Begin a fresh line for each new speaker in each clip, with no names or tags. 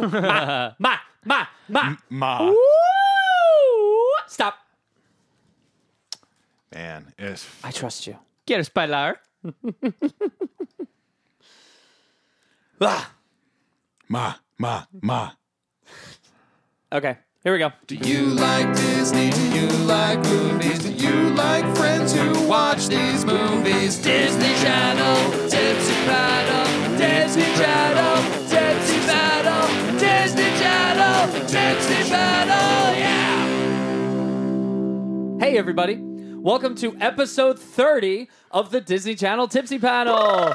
Ma, ma, ma, ma.
Ma.
Woo! Stop.
Man, it's
I trust you.
Quieres bailar?
Ah.
ma, ma, ma.
Okay, here we go.
Do you like Disney? Do you like movies? Do you like friends who watch these movies? Disney Channel, Tipsy Paddle, Disney Channel, Tipsy Paddle, Disney Channel, Tipsy Paddle, yeah!
Hey, everybody. Welcome to episode 30 of the Disney Channel Tipsy Panel.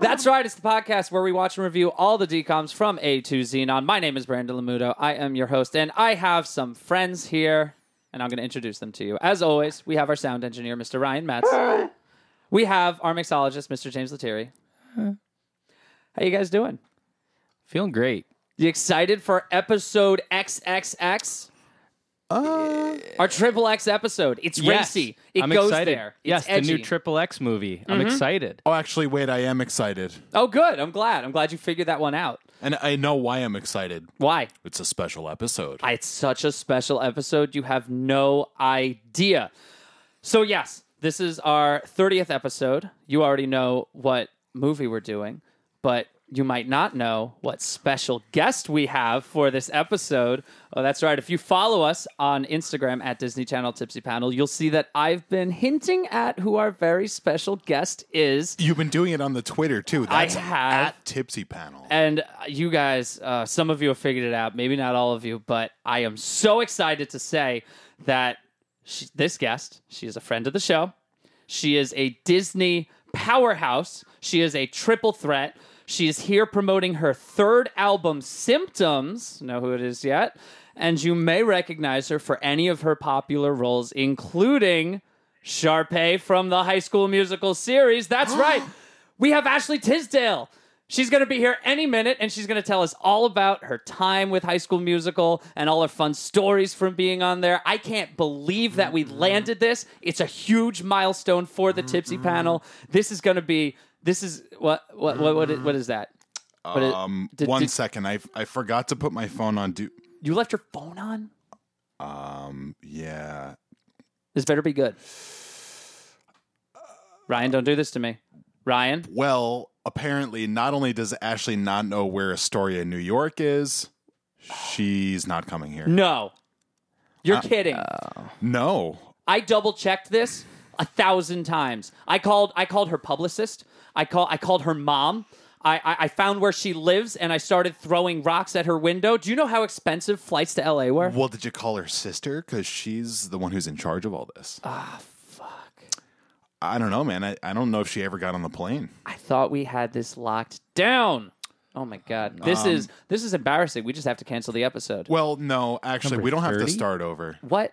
That's right. It's the podcast where we watch and review all the DCOMs from A to Xenon. My name is Brandon Lamuto. I am your host, and I have some friends here, and I'm going to introduce them to you. As always, we have our sound engineer, Mr. Ryan Metz. We have our mixologist, Mr. James Lettieri.
Uh-huh.
How you guys doing?
Feeling great.
You excited for episode XXX? Our triple X episode. It's
Uh, Yes.
racy. It
I'm
goes
excited.
there. It's
yes,
edgy. Mm-hmm.
the new Triple X movie. I'm excited.
Oh, actually, wait, I am excited.
Oh, good. I'm glad. I'm glad you figured that one out.
And I know why I'm excited.
Why?
It's a special episode.
I- It's such a special episode. You have no idea. So, yes, this is our 30th episode. You already know what movie we're doing, but you might not know what special guest we have for this episode. Oh, that's right. If you follow us on Instagram at Disney Channel Tipsy Panel, you'll see that I've been hinting at who our very special guest is.
You've been doing it on the Twitter too.
I
That's
have.
at Tipsy Panel.
And you guys, uh, some of you have figured it out, maybe not all of you, but I am so excited to say that she, this guest, she is a friend of the show. She is a Disney powerhouse. She is a triple threat. She is here promoting her third album, Symptoms. Know who it is yet? And you may recognize her for any of her popular roles, including Sharpay from the High School Musical series. That's right. We have Ashley Tisdale. She's going to be here any minute and she's going to tell us all about her time with High School Musical and all her fun stories from being on there. I can't believe that we landed this. It's a huge milestone for the Tipsy panel. This is going to be this is what what what what is, what is that? What is-
Um,
did-
one
did-
second, I I forgot to put my phone on. Do
you left your phone on?
um yeah.
This better be good. Ryan, don't do this to me. Ryan,
Well, apparently, not only does Ashley not know where Astoria, New York is, she's not coming here.
no. You're kidding.
No,
I double checked this a thousand times. I called I called her publicist. I call I called her mom. I, I, I found where she lives and I started throwing rocks at her window. Do you know how expensive flights to LA were?
Well, did you call her sister? Because she's the one who's in charge of all this. Ah, fuck. I don't know, man. I, I don't know if she ever got on the plane.
I thought we had this locked down. Oh my god. This is this is embarrassing. We just have to cancel the episode.
Well, no, actually,
Number
we don't have
30?
to start over.
What?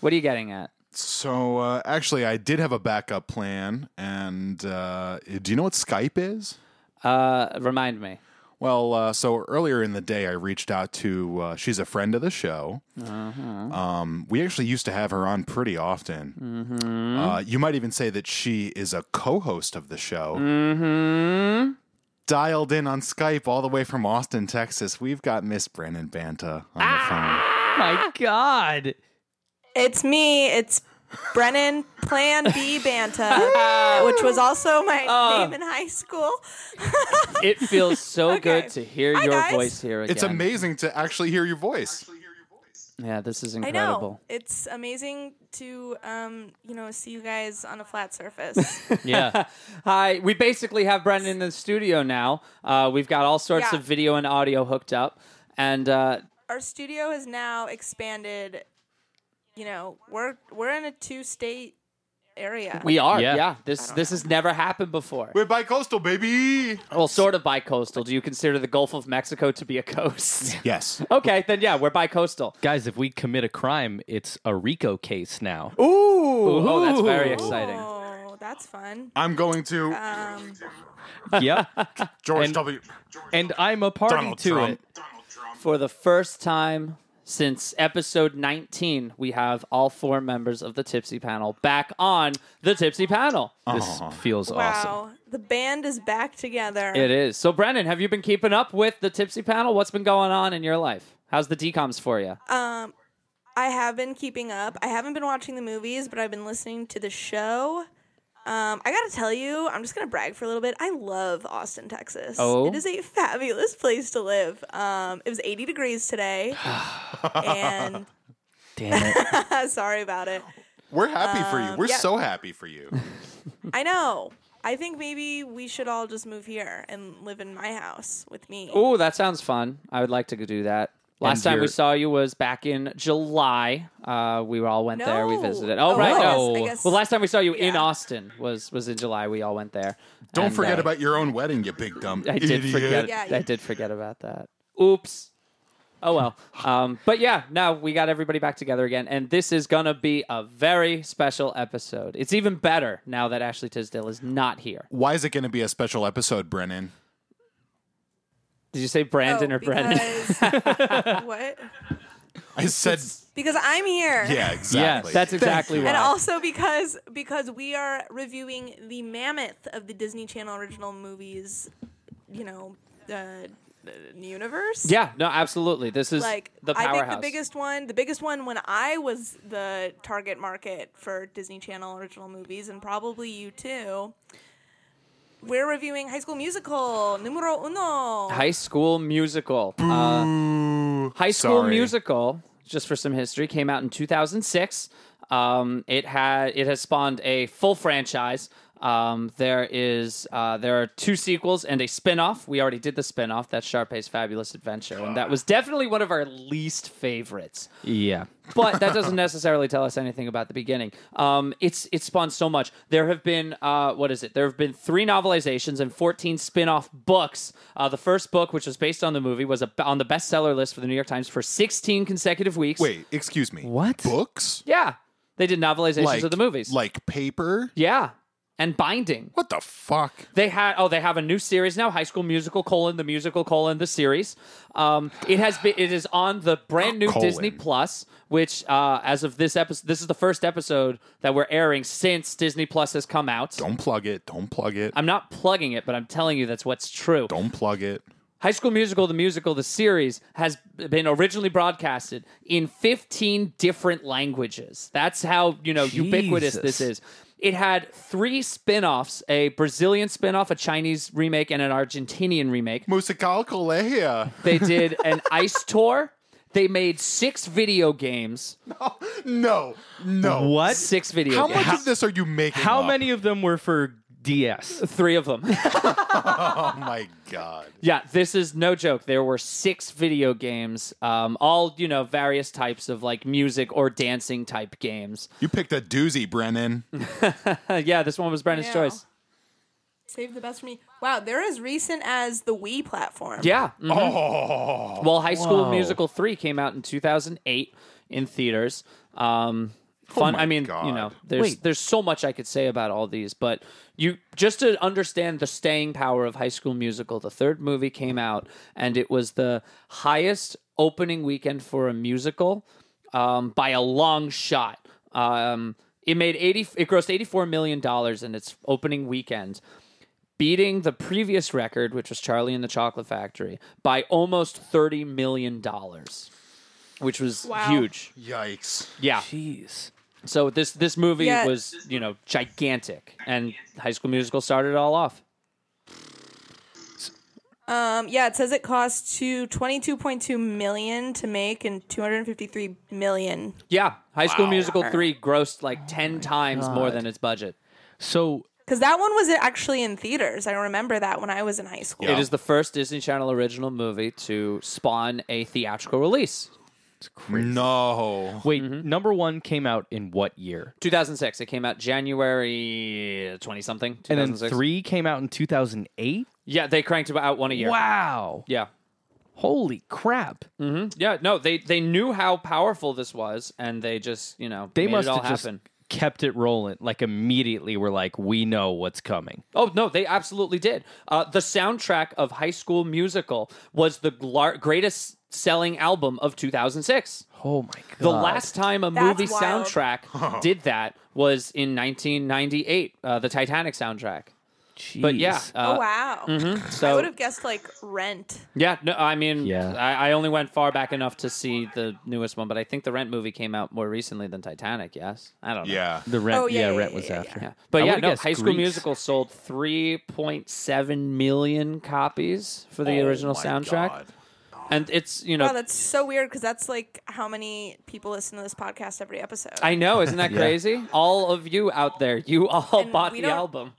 What are you getting at?
So, uh, actually, I did have a backup plan. And uh, do you know what Skype is?
Uh remind me.
Well, uh, so earlier in the day, I reached out to. Uh, she's a friend of the show.
Uh-huh.
Um, we actually used to have her on pretty often.
Mm-hmm.
Uh, you might even say that she is a co-host of the show.
Mm-hmm.
Dialed in on Skype all the way from Austin, Texas. We've got Miss Brennan Banta on the
Oh my God.
It's me. It's Brennan Plan B Banta, which was also my
Uh.
name in high school.
It feels so
Okay.
good to hear
Hi,
your
guys.
voice here again.
phone. It's amazing to actually hear your voice.
Yeah, this is
I
incredible.
know. It's amazing to um, you know see you guys on a flat surface.
Yeah.
Hi, we basically have Brendan in the studio now. Uh, we've got all sorts
Yeah.
of video and audio hooked up, and uh,
Our studio has now expanded. You know, we're we're in a two state area.
we are. Yeah,
Yeah.
this this has never happened before.
We're bi-coastal, baby.
Well, sort of bi-coastal. Do you consider the Gulf of Mexico to be a coast?
Yes.
okay, then yeah, we're bi-coastal.
Guys, if we commit a crime, it's a RICO case now.
Ooh, oh, that's very exciting.
Oh, that's fun.
I'm going to
Um,
yep.
George
And-
W.
And I'm a party
Donald
to
Trump.
it.
For the first time Since episode 19, we have all four members of the Tipsy Panel back on the Tipsy Panel.
This
Oh.
feels awesome.
Wow, the band is back together.
It is. So, Brennan, have you been keeping up with the Tipsy Panel? What's been going on in your life? How's the decoms for you?
Um, I have been keeping up. I haven't been watching the movies, but I've been listening to the show. Um, I gotta tell you, I'm just gonna brag for a little bit. I love Austin, Texas.
Oh?
It is a fabulous place to live. Um, it was 80 degrees today, and
Damn it.
sorry about it.
We're happy for you. We're
yeah.
so happy for you.
I know. I think maybe we should all just move here and live in my house with me.
Oh, that sounds fun. I would like to go do that. Last time we
you're-
saw you was back in July. Uh, we all went there. We
No.
visited. Oh,
Oh,
right.
I
no.
guess- I guess-
well, last time we saw you in
yeah.
Austin was was in July. We all went there.
Don't
And,
forget
uh,
about your own wedding, you big dumb
I
idiot.
did forget.
Yeah, you-
I did forget about that. Oops. Oh well. Um, but yeah, now we got everybody back together again, and this is gonna be a very special episode. It's even better now that Ashley Tisdale is not here.
Why is it going to be a special episode, Brennan?
Did you say Brandon
Oh,
or Brennan?
because- what?
I said,
Because I'm here.
yeah,
yes,
exactly.
that's exactly
And
why.
also because because we are reviewing the mammoth of the Disney Channel original movies, you know, uh, the universe.
Yeah, no, absolutely. This is
Like
the
I
powerhouse.
think the biggest one, the biggest one when I was the target market for Disney Channel original movies, and probably you too. We're reviewing High School Musical numero uno.
High School Musical. Uh, High School
Sorry.
Musical, just for some history, came out in 2006. Um, it had it has spawned a full franchise. Um, there is uh, there are two sequels and a spin-off. We already did the spin-off, that's Sharpay's Fabulous Adventure, and that was definitely one of our least favorites
Yeah.
but that doesn't necessarily tell us anything about the beginning. Um, it's it spawned so much. There have been uh, what is it? There have been three novelizations and fourteen spin-off books. Uh, the first book, which was based on the movie, was a, on the bestseller list for the New York Times for sixteen consecutive weeks.
Wait, excuse me.
What?
Books?
yeah, they did novelizations
Like
of the movies.
Like paper?
yeah, and binding.
What the fuck?
They had oh they have a new series now High School Musical colon the musical colon the series. Um, it has been it is on the brand new
Colon.
Disney Plus, which uh, as of this episode this is the first episode that we're airing since Disney Plus has come out.
Don't plug it. Don't plug it.
I'm not plugging it, but I'm telling you that's what's true.
Don't plug it.
High School Musical, the musical, the series has been originally broadcasted in 15 different languages. That's how, you know, ubiquitous this
Jesus.
is. It had three spin offs a Brazilian spin off, a Chinese remake, and an Argentinian remake.
Musical Colegio.
They did an ice tour. They made six video games.
No, no.
What?
Six video
How
games.
much of this are you making?
How
up?
many of them were for DS?
Three of them.
Oh my god.
Yeah, this is no joke. There were six video games, um, all you know, various types of like music or dancing type games.
You picked a doozy, Brennan.
Uh, yeah, this one was Brennan's
Yeah.
choice.
Save the best for me. Wow, they're as recent as the Wii platform.
Yeah. mhm.
Oh.
Well, High School
Whoa.
Musical three came out in two thousand eight in theaters. Um, fun.
Oh my
I mean,
God.
you know, there's
Wait.
there's so much I could say about all these, but you just to understand the staying power of High School Musical. The third movie came out, and it was the highest opening weekend for a musical um, by a long shot. Um, it made eighty. It grossed eighty four million dollars in its opening weekend beating the previous record, which was Charlie and the Chocolate Factory, by almost thirty million dollars, which was
Wow.
huge.
Yikes.
Yeah.
Jeez.
So this this movie
Yeah.
was you know gigantic, and High School Musical started it all off.
Um, yeah, it says it cost to 22.2 million to make and 253 million.
Yeah, High School Musical three grossed like
Oh
ten times more than its budget.
So
Because that one was actually in theaters. I remember that when I was in high school.
It is the first Disney Channel original movie to spawn a theatrical release.
No.
wait,
Mm-hmm.
number one came out in what year?
2006. It came out January 20 something.
And then three came out in 2008.
Yeah, they cranked out one a year.
Wow.
Yeah.
Holy crap.
Yeah, no, they they knew how powerful this was, and they just you know
They
made
must
it all
have just
happen.
kept it rolling. Like immediately, were like, we know what's coming.
Oh no, they absolutely did. Uh, the soundtrack of High School Musical was the lar- greatest selling album of 2006.
Oh my god.
The last time a
That's
movie
wild. Oh.
soundtrack did that was in 1998, uh, the Titanic soundtrack. But yeah,
Jeez.
uh,
oh wow! I
so
would have guessed like Rent.
yeah, no, I mean,
Yeah.
I, I only went far back enough to see the newest one, but I think the Rent movie came out more recently than Titanic. Yes, I don't know.
Yeah.
the rent.
Oh, yeah,
yeah,
yeah,
rent
yeah,
was
yeah,
after.
Yeah. But
I
yeah,
would've
no.
guessed
High School
Grease.
Musical sold 3.7 million copies for the
Oh
original
my
soundtrack,
God.
and it's you know
Wow, that's so weird because that's like how many people listen to this podcast every episode.
I know, isn't that crazy? All of you out there, you all
And
bought
we
the
don't-
album.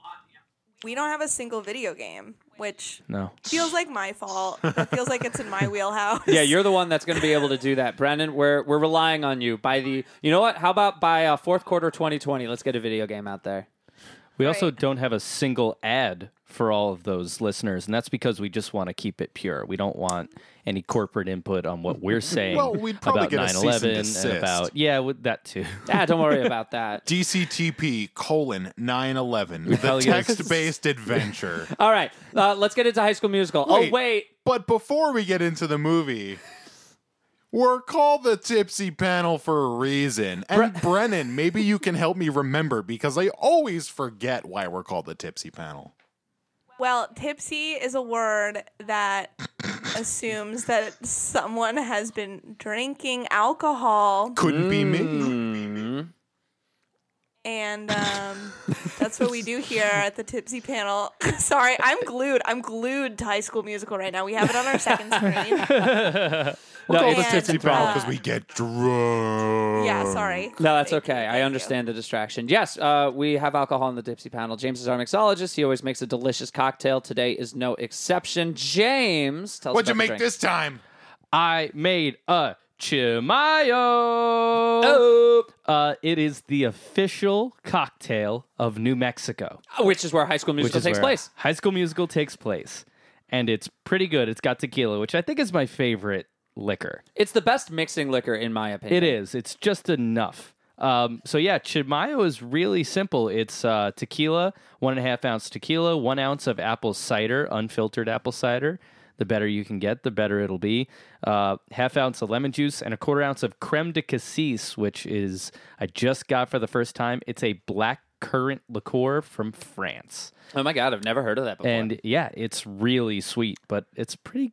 we don't have a single video game, which
No.
feels like my fault. It feels like it's in my wheelhouse.
Yeah, you're the one that's going to be able to do that, Brendan. We're we're relying on you. By the, you know what? How about by uh, fourth quarter 2020? Let's get a video game out there.
We also
Right.
don't have a single ad for all of those listeners, and that's because we just want to keep it pure. We don't want any corporate input on what we're saying
Well, we'd probably
about
get a
9
cease and
11
desist.
and about. Yeah, with that too.
Yeah, don't worry about that.
DCTP colon 911. The
probably get a-
text based adventure.
All right, uh, let's get into High School Musical.
Wait.
Oh wait,
But before we get into the movie, we're called the Tipsy Panel for a reason. And Brennan, maybe you can help me remember because I always forget why we're called the Tipsy Panel.
Well, tipsy is a word that assumes that someone has been drinking alcohol,
Couldn't be me.
and um, that's what we do here at the tipsy panel. Sorry, I'm glued. I'm glued to High School Musical right now. We have it on our second screen.
no,
Called the
it's-
and,
Tipsy Panel
uh,
because we get drunk.
Yeah, sorry.
No, that's
Thank you,
okay.
thank
I
you.
understand the distraction. Yes, uh, we have alcohol on the Dipsy panel. James is our mixologist. He always makes a delicious cocktail. Today is no exception. James, tell us
What'd
about
you
the
make
drink.
this time?
I made a Chimayo.
Oh,
Uh, it is the official cocktail of New Mexico.
which is where High School Musical
is
takes
where
place.
High School Musical takes place, and it's pretty good. It's got tequila, which I think is my favorite liquor.
It's the best mixing liquor, in my opinion.
It is. It's just enough. Um, so yeah, Chimayo is really simple. It's uh, tequila, one and a half ounce tequila, one ounce of apple cider, unfiltered apple cider. The better you can get, the better it'll be. Uh, half ounce of lemon juice and a quarter ounce of creme de cassis, which is I just got for the first time. It's a black currant liqueur from France.
Oh my god, I've never heard of that before.
And yeah, it's really sweet, but it's pretty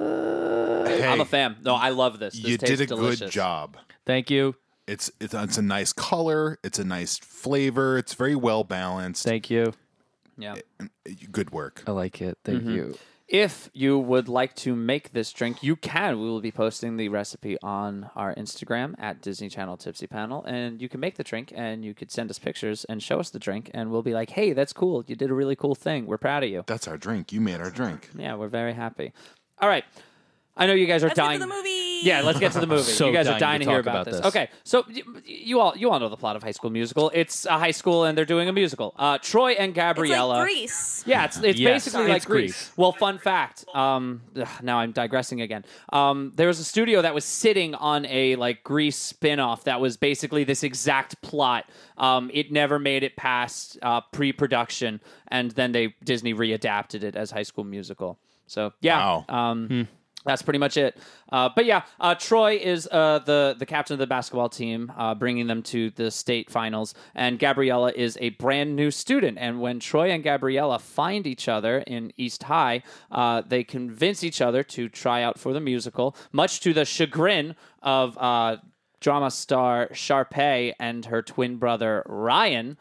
good.
Hey,
I'm a fan. No, I love this. This
you
tastes
did a
delicious.
good job.
Thank you.
It's, it's it's a nice color. It's a nice flavor. It's very well balanced.
Thank you.
Yeah.
Good work.
I like it. Thank you.
If you would like to make this drink, you can. We will be posting the recipe on our Instagram at Disney Channel Tipsy Panel, and you can make the drink, and you could send us pictures and show us the drink, and we'll be like, "Hey, that's cool. You did a really cool thing. We're proud of you."
That's our drink. You made our drink.
Yeah, we're very happy. All right, I know you guys are
Let's get
dying.
to the movie.
Yeah, let's get to the movie.
So
you guys are dying
dying
to
to
hear
talk
about,
about
this.
this.
Okay, so y- y- you all you all know the plot of High School Musical. It's a high school, and they're doing a musical. Uh, Troy and
It's
Gabriella.
like Greece.
Yeah, it's, it's
Yes,
basically
it's
like Greece.
Greece.
Well, fun fact. Um, ugh, now I'm digressing again. Um, there was a studio that was sitting on a like Greece spin-off that was basically this exact plot. Um, it never made it past uh, pre-production, and then they Disney readapted it as High School Musical. So yeah,
Wow.
um, that's pretty much it. Uh, but yeah, uh, Troy is uh, the the captain of the basketball team, uh, bringing them to the state finals. And Gabriella is a brand new student. And when Troy and Gabriella find each other in East High, uh, they convince each other to try out for the musical, much to the chagrin of uh, drama star Sharpay and her twin brother Ryan.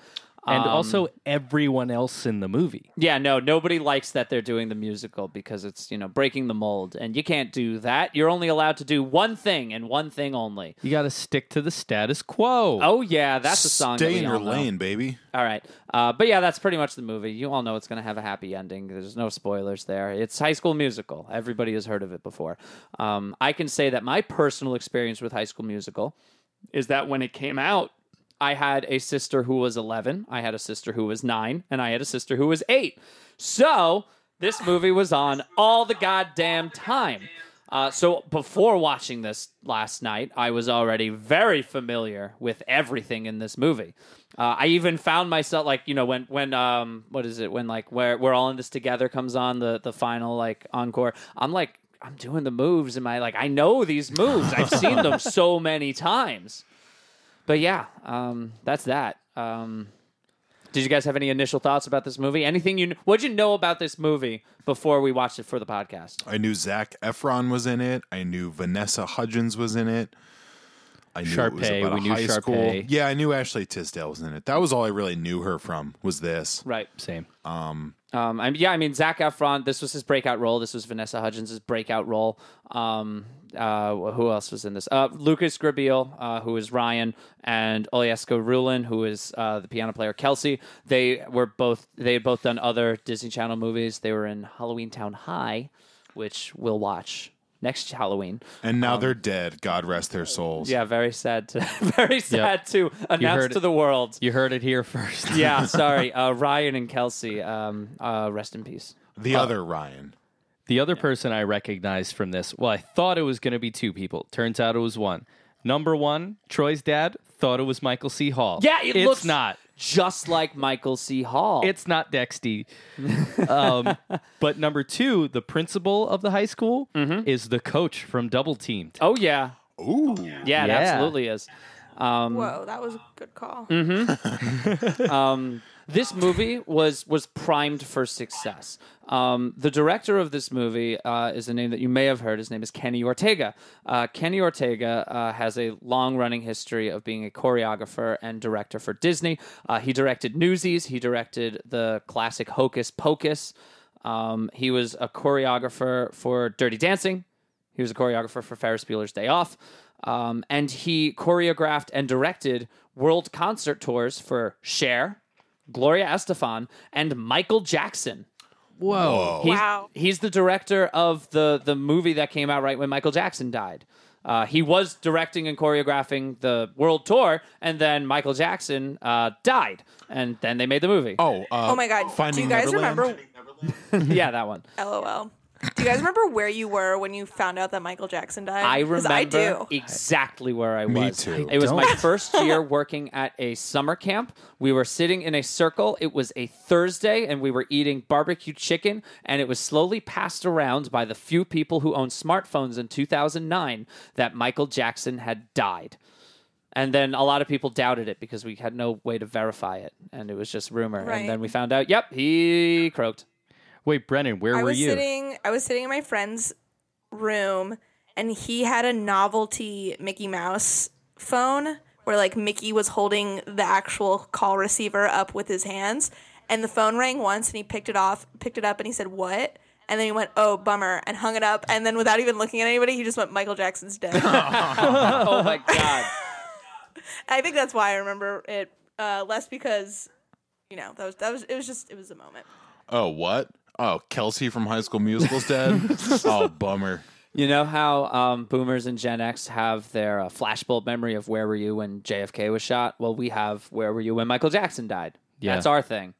and also everyone else in the movie.
Yeah, no, nobody likes that they're doing the musical because it's, you know, breaking the mold. And you can't do that. You're only allowed to do one thing and one thing only.
You got to stick to the status quo.
Oh, yeah, that's a song. that
Stay
we
in your
all know.
lane, baby.
All right. Uh, but yeah, that's pretty much the movie. You all know it's going to have a happy ending. There's no spoilers there. It's High School Musical. Everybody has heard of it before. Um, I can say that my personal experience with High School Musical is that when it came out, I had a sister who was 11, I had a sister who was 9, and I had a sister who was 8. So this movie was on all the goddamn time. Uh, so before watching this last night, I was already very familiar with everything in this movie. Uh, I even found myself like you know when when um what is it when like where we're all in this together comes on the the final like encore. I'm like I'm doing the moves in my like I know these moves. I've seen them so many times. But yeah, um, that's that. Um, did you guys have any initial thoughts about this movie? Anything you what'd you know about this movie before we watched it for the podcast?
I knew Zach Efron was in it. I knew Vanessa Hudgens was in it. I knew it was
Sharpay,
about
we
a
knew
high school.
Sharpay.
Yeah, I knew Ashley Tisdale was in it. That was all I really knew her from. Was this?
Right.
Same.
Um, I mean, yeah, I mean, Zach Efron, this was his breakout role. This was Vanessa Hudgens' breakout role. Um, uh, who else was in this? Uh, Lucas Grabeel, uh, who is Ryan, and Oliesko Rulin, who is uh, the piano player Kelsey. They were both, they had both done other Disney Channel movies. They were in Halloween Town High, which we'll watch next Halloween.
And now they're dead. God rest their souls.
Um, Yeah, very sad to, very sad to announce
heard
to
it.
the world.
You heard it here first.
Yeah, sorry. Uh, Ryan and Kelsey, um, uh, rest in peace.
The other Ryan.
The other person I recognized from this, well, I thought it was going to be two people. Turns out it was one. Number one, Troy's dad thought it was Michael C. Hall.
Yeah, it
it's
looks-
not.
Just like Michael C. Hall.
It's not Dexty. um, but number two, the principal of the high school
Mm-hmm.
is the coach from Double Teamed.
Oh yeah,
Ooh.
yeah, it
Yeah.
absolutely is. Um,
Whoa, that was a good call.
Mm-hmm. This movie was was primed for success. Um, the director of this movie uh, is a name that you may have heard. His name is Kenny Ortega. Uh, Kenny Ortega uh, has a long running history of being a choreographer and director for Disney. Uh, he directed Newsies. He directed the classic Hocus Pocus. Um, he was a choreographer for Dirty Dancing. He was a choreographer for Ferris Bueller's Day Off, um, and he choreographed and directed world concert tours for Cher, Gloria Estefan, and Michael Jackson.
Whoa.
He's,
Wow.
He's the director of the the movie that came out right when Michael Jackson died. Uh, he was directing and choreographing the world tour, and then Michael Jackson uh, died, and then they made the movie.
Oh. Uh,
Oh my god. Do
Finding
you guys
Neverland?
remember
yeah, that one.
LOL. Do you guys remember where you were when you found out that Michael Jackson died?
I
'Cause
remember
I do.
exactly where I
Me
was.
too.
It was my
Don't.
first year working at a summer camp. We were sitting in a circle. It was a Thursday, and we were eating barbecue chicken, and it was slowly passed around by the few people who owned smartphones in 2009 that Michael Jackson had died. And then a lot of people doubted it because we had no way to verify it, and it was just rumor.
Right.
And then we found out, yep, he croaked.
Wait, Brennan, where
I
were
was
you?
sitting I was sitting in my friend's room and he had a novelty Mickey Mouse phone where like Mickey was holding the actual call receiver up with his hands and the phone rang once and he picked it off picked it up and he said what and then he went oh bummer and hung it up and then without even looking at anybody he just went Michael Jackson's dead
Oh my god.
I think that's why I remember it uh, less because you know that was that was it was just it was a moment.
Oh what? Oh Kelsey from High School Musical's dead. oh bummer.
You know how um, boomers and Gen X have their uh, flashbulb memory of where were you when JFK was shot? Well, we have where were you when Michael Jackson died.
Yeah.
That's our thing.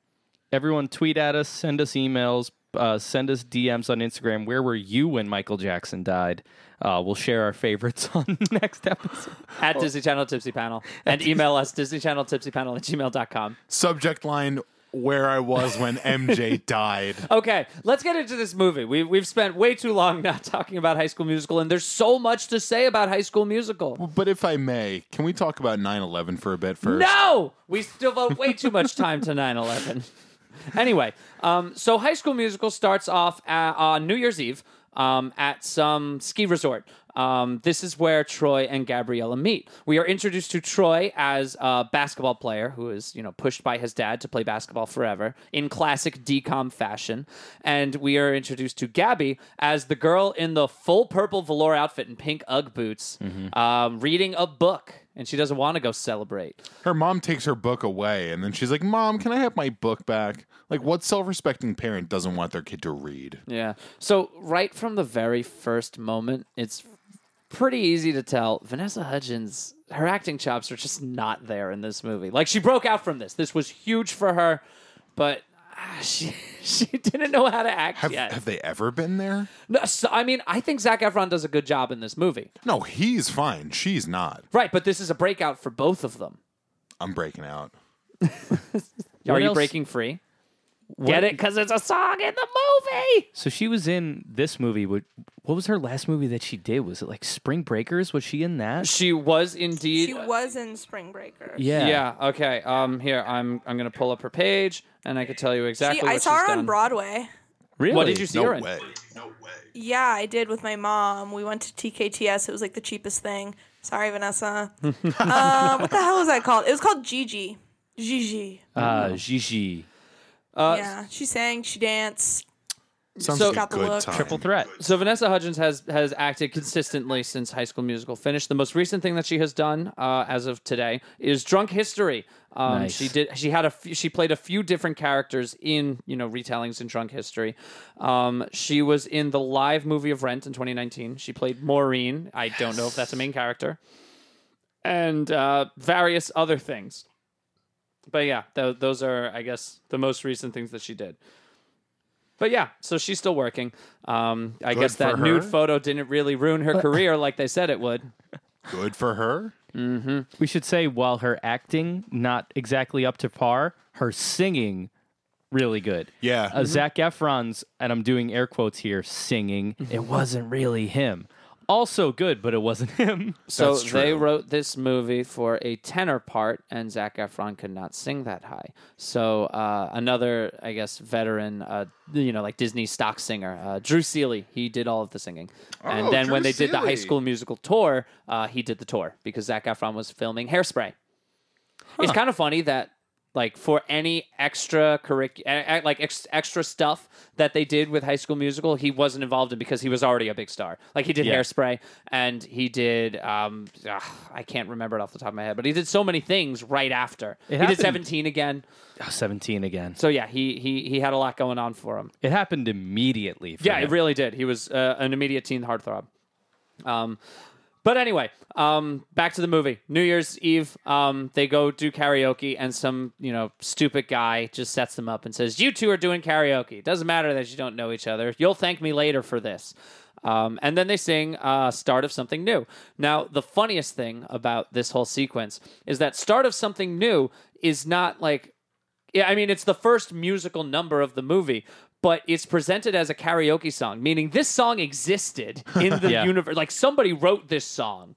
Everyone tweet at us, send us emails, uh, send us DMs on Instagram. Where were you when Michael Jackson died? Uh, we'll share our favorites on next episode.
At Disney Channel Tipsy Panel. And email us, Disney Channel Tipsy Panel at gmail.com.
Subject line: Where I was when MJ died.
Okay, let's get into this movie. We, we've spent way too long not talking about High School Musical, and there's so much to say about High School Musical.
But if I may, can we talk about 9/11 for a bit first?
No! We still vote way too much time to 9 11. anyway, um, so High School Musical starts off a- on New Year's Eve um, at some ski resort. Um, this is where Troy and Gabriella meet. We are introduced to Troy as a basketball player who is, you know, pushed by his dad to play basketball forever in classic DCOM fashion, and we are introduced to Gabby as the girl in the full purple velour outfit and pink UGG boots, um, reading a book, and she doesn't want to go celebrate.
Her mom takes her book away, and then she's like, "Mom, can I have my book back?" Like, what self-respecting parent doesn't want their kid to read?
Yeah. So right from the very first moment, it's pretty easy to tell Vanessa Hudgens her acting chops are just not there in this movie. Like she broke out from this. This was huge for her, but ah, she she didn't know how to act
Have,
yet.
have they ever been there?
no, so, I mean, I think Zach Efron does a good job in this movie.
No, he's fine. She's not.
Right, but this is a breakout for both of them.
I'm breaking out.
are
What
you
else-
breaking free? Get it? Because it's a song in the movie.
So she was in this movie. What, what was her last movie that she did? Was it like Spring Breakers? Was she in that?
She was indeed.
She was in Spring Breakers.
Yeah.
Yeah. Okay. Um. Here, I'm. I'm gonna pull up her page, and I can tell you exactly.
She,
what
I saw
she's
her on
done.
Broadway.
Really?
What did you see her
No
in?
way.
Yeah, I did with my mom. We went to TKTS. It was like the cheapest thing. Sorry, Vanessa. um, what the hell was that called? It was called Gigi. Gigi.
Uh, Gigi.
Uh,
yeah, she sang, she danced.
Sounds
So-
like
Got
a
the
good
look.
time.
Triple Threat.
So Vanessa Hudgens has has acted consistently since High School Musical finished. The most recent thing that she has done, uh, as of today, is Drunk History. Um,
Nice.
She did. She had a. Few, she played a few different characters in you know retellings in Drunk History. Um, she was in the live movie of Rent in 2019. She played Maureen. I don't know if that's a main character, and uh, various other things. But yeah, tho- those are I guess the most recent things that she did. But yeah, so she's still working. Um, I
Good
guess that
for
nude
her.
photo didn't really ruin her career like they said it would.
Good for her.
We should say while her acting not exactly up to par, her singing really good.
Yeah.
Mm-hmm.
Uh, Zach Efron's, and I'm doing air quotes here, singing.
Mm-hmm.
it wasn't really him. Also good, but it wasn't him.
So
That's
they
true.
wrote this movie for a tenor part, and Zach Efron could not sing that high. So uh, another, I guess, veteran, uh, you know, like Disney stock singer, uh, Drew Seeley, he did all of the singing. and
Oh,
then when
Drew
they did the High
Seeley.
School Musical tour, uh, he did the tour because Zach Efron was filming Hairspray. It's kind of funny that like for any extra curric- like ex- extra stuff that they did with High School Musical, he wasn't involved in because he was already a big star. Like he did
Yeah.
Hairspray and he did um ugh, I can't remember it off the top of my head, but he did so many things right after. he
happened-
did 17 again.
Oh, 17 again.
So yeah, he he he had a lot going on for him.
It happened immediately. For
Yeah,
him.
it really did. He was uh, an immediate teen heartthrob. Um, but anyway, um, back to the movie. New Year's Eve, um, they go do karaoke, and some you know stupid guy just sets them up and says, "You two are doing karaoke. It doesn't matter that you don't know each other. You'll thank me later for this." Um, and then they sing uh, "Start of Something New." Now, the funniest thing about this whole sequence is that "Start of Something New" is not like yeah, I mean, it's the first musical number of the movie, but it's presented as a karaoke song, meaning this song existed in the
Yeah.
universe. Like somebody wrote this song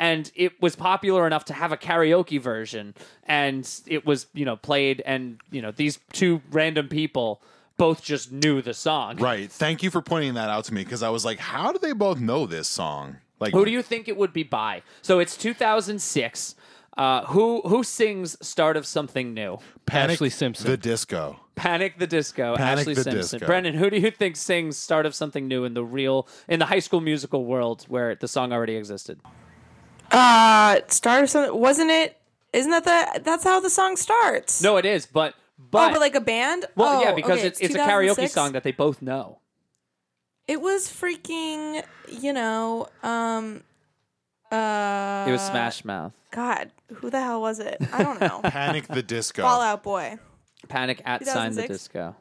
and it was popular enough to have a karaoke version and it was, you know, played and, you know, these two random people both just knew the song.
Right. Thank you for pointing that out to me because I was like, how do they both know this song? Like,
Who do you think it would be by? So it's 2006. Uh, who who sings "Start of Something New"?
Panic
Ashley Simpson.
The disco.
Panic the Disco,
Panic
Ashley
the
Simpson.
Disco.
Brendan, who do you think sings "Start of Something New" in the real in the High School Musical world where the song already existed?
Uh, start of something. Wasn't it? Isn't that the. That's how the song starts.
No, it is, but
Oh,
but,
but like a band?
well,
oh,
yeah, because
okay,
it's, it's a karaoke
2006.
song that they both know.
It was freaking, you know, um, uh,
It was Smash Mouth,
God, who the hell was it? I don't know.
Panic the disco.
Fallout Boy.
Panic at Sign the
2006?
Disco.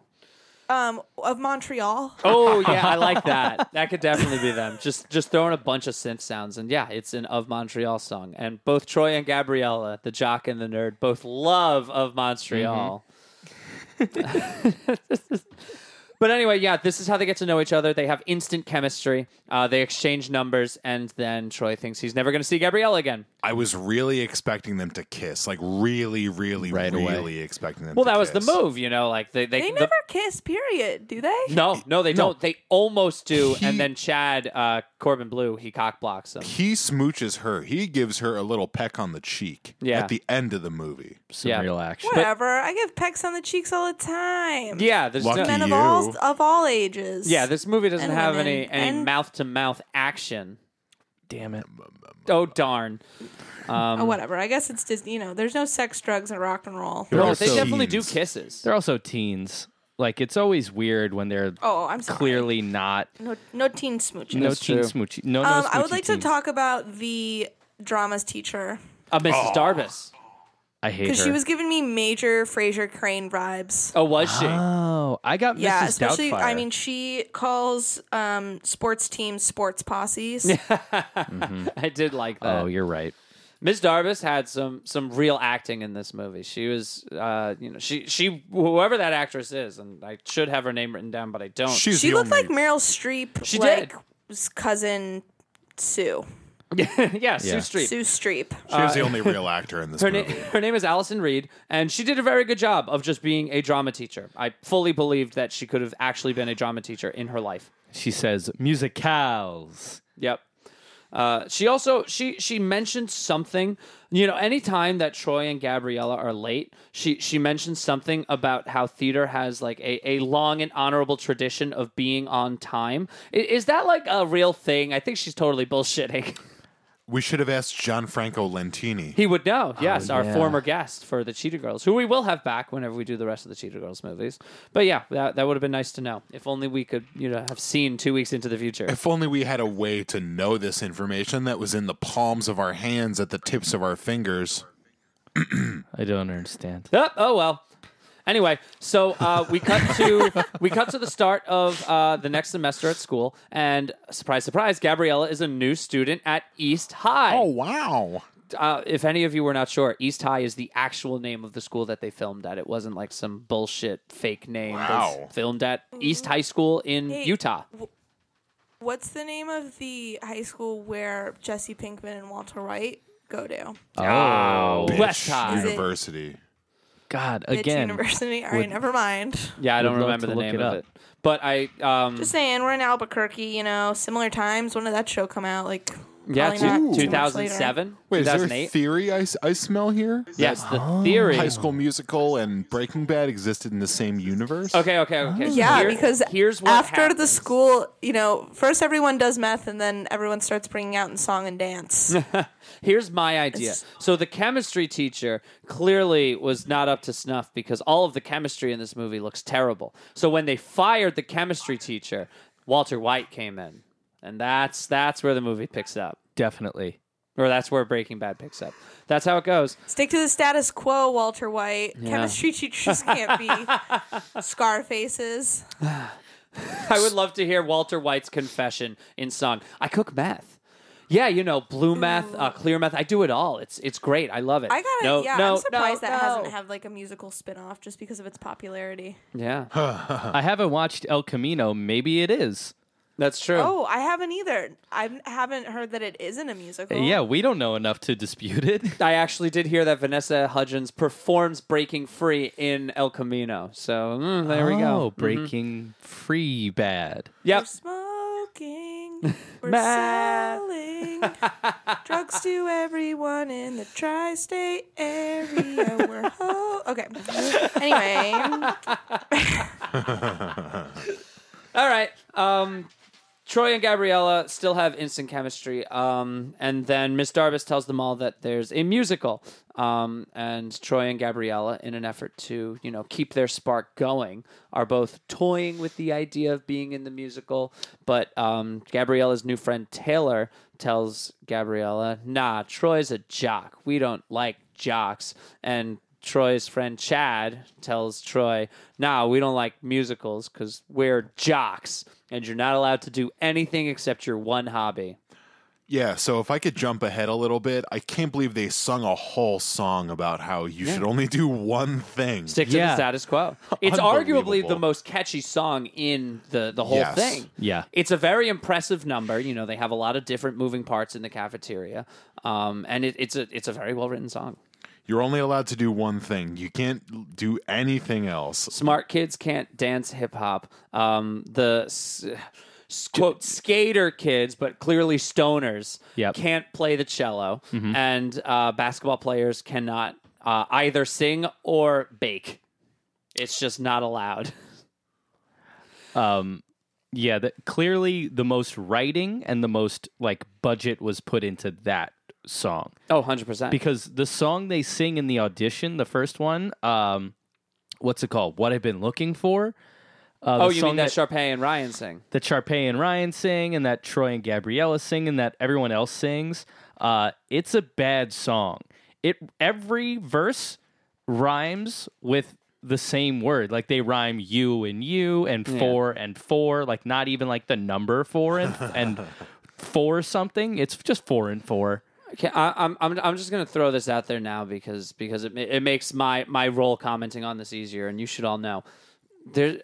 Um, of Montreal.
Oh yeah, I like that. That could definitely be them. Just just throwing a bunch of synth sounds, and yeah, it's an of Montreal song. And both Troy and Gabriella, the jock and the nerd, both love of Montreal. but anyway, yeah, this is how they get to know each other. They have instant chemistry. Uh, they exchange numbers, and then Troy thinks he's never going to see Gabriella again.
I was really expecting them to kiss. Like, really, really,
Right away.
really expecting them
Well,
to
that was the
kiss.
move, you know. Like they they,
They
the-
never kiss, period, do they?
no, no, they don't. They almost do, and then Chad uh, Corbin Blue he cock blocks him.
He smooches her. He gives her a little peck on the cheek
Yeah.
at the end of the movie.
Some
Yeah.
real action.
Whatever. I give pecks on the cheeks all the time.
Yeah, there's
Lucky
no,
Men of
You.
all of all ages.
Yeah, this movie doesn't
And
have
women.
any any
And-
mouth to mouth action.
Damn it.
Oh darn! Um,
Oh, whatever. I guess it's Disney. You know, there's no sex, drugs, and rock and roll.
no,
They're
they
also
definitely do
teens.
kisses.
They're also teens. Like it's always weird when they're
Oh, I'm sorry.
clearly not.
no, no teen smooches.
No
That's
teen
true.
smoochy. No, no
um, I would
smoochy
like
teens.
to talk about the dramas teacher
Uh, Mrs. Darbus.
I hate her.
because she was giving me major Fraser Crane vibes.
Oh, was she?
Oh, I got
Yeah,
Mrs.
especially
Doubtfire.
I mean she calls um sports teams sports posses.
I did like that.
oh, you're right.
Ms. Darvis had some some real acting in this movie. She was, uh, you know, she she whoever that actress is, and I should have her name written down, but I don't.
She's
She
the
looked
only-
like Meryl Streep.
She
like,
did.
s- Cousin Sue.
yeah, Sue
Yeah.
Street.
Sue Streep.
She was the only real actor in this
Her,
movie.
na- her name is Allison Reed, and she did a very good job of just being a drama teacher. I fully believed that she could have actually been a drama teacher in her life.
She says musicals.
Yep. Uh, she also she she mentioned something. You know, anytime that Troy and Gabriella are late, she she mentions something about how theater has like a, a long and honorable tradition of being on time. I- Is, that like a real thing? I think she's totally bullshitting.
We should have asked Gianfranco Lentini.
he would know. Yes, our
yeah.
former guest for the Cheetah Girls, who we will have back whenever we do the rest of the Cheetah Girls movies. But yeah, that that would have been nice to know. If only we could, you know, have seen two weeks into the future.
If only we had a way to know this information that was in the palms of our hands, at the tips of our fingers.
I don't understand.
Oh, oh well. Anyway, so uh, we cut to we cut to the start of uh, the next semester at school, and surprise, surprise, Gabriella is a new student at East High.
Oh. wow!
Uh, if any of you were not sure, East High is the actual name of the school that they filmed at. It wasn't like some bullshit fake name. It was
Wow.
filmed at East High School in
Hey.
Utah.
What's the name of the high school where Jesse Pinkman and Walter White go to?
Oh
West High.
University.
God!
It's
Again,
university. All right, never mind.
Yeah, I don't
Would love
remember
to
the
look
name
it
of
up.
it, but I um,
Just saying, we're in Albuquerque. You know, similar times. When did that show come out? Like,
yeah,
probably not too
two-
much later.
2007,
Wait, is there a
2008.
theory I, s- I smell here?
yes, the theory.
High School Musical and Breaking Bad existed in the same universe?
Okay, okay, okay. So
Yeah,
here-
because
here's what
after
happens.
the school, you know, first everyone does meth, and then everyone starts bringing out in song and dance.
Here's my idea. So the chemistry teacher clearly was not up to snuff because all of the chemistry in this movie looks terrible. So when they fired the chemistry teacher, Walter White came in. And that's that's where the movie picks up.
definitely.
Or that's where Breaking Bad picks up. That's how it goes.
Stick to the status quo, Walter White. Chemistry teachers can't be scar faces.
I would love to hear Walter White's confession in song. I cook meth. Yeah, you know, blue meth, uh, clear meth. I do it all. It's it's great. I love it.
Mm. I gotta,
no,
yeah,
no,
I'm surprised
no,
that hasn't
no.
had like a musical spin off just because of its popularity.
Yeah,
I haven't watched El Camino. Maybe it is.
that's true.
Oh, I haven't either. I haven't heard that it isn't a musical.
Yeah, we don't know enough to dispute it.
I actually did hear that Vanessa Hudgens performs Breaking Free in El Camino. So mm, there we
Oh,
go.
Breaking Free Bad.
We're
Yep.
smoking. We're
Meth.
selling drugs to everyone in the tri-state area. We're ho- okay. Anyway,
All right. Um, Troy and Gabriella still have instant chemistry. Um, and then Miss Darvis tells them all that there's a musical. Um, and Troy and Gabriella, in an effort to, you know, keep their spark going, are both toying with the idea of being in the musical. But um, Gabriella's new friend Taylor tells Gabriella, nah, Troy's a jock. We don't like jocks. And Troy's friend Chad tells Troy, "Nah, we don't like musicals because we're jocks, and you're not allowed to do anything except your one hobby."
Yeah, so if I could jump ahead a little bit, I can't believe they sung a whole song about how you should only do one thing.
Stick to the
Yeah.
status quo. It's
Unbelievable.
arguably the most catchy song in the the whole
Yes.
thing.
Yeah.
it's a very impressive number. You know, they have a lot of different moving parts in the cafeteria, um, and it, it's a it's a very well written song.
You're only allowed to do one thing. You can't do anything else.
Smart kids can't dance hip hop. Um, the s- s- quote skater kids, but clearly stoners,
Yep. Mm-hmm.
can't play the cello, and uh, basketball players cannot uh, either sing or bake. It's just not allowed.
Um, yeah, that clearly the most writing and the most like budget was put into that song
Oh, 100%.
because the song they sing in the audition, the first one, um, what's it called? What I've been looking for. Uh, the
oh, you
song
mean that, Sharpay and Ryan sing?
that Sharpay and Ryan sing, and that Troy and Gabriella sing, and that everyone else sings. Uh, it's a bad song. It every verse rhymes with the same word. Like they rhyme you and you and four and four. Like not even like the number four and and four something. It's just four and four.
Okay, I, I'm, I'm I'm just gonna throw this out there now because because it ma- it makes my my role commenting on this easier, and you should all know. There,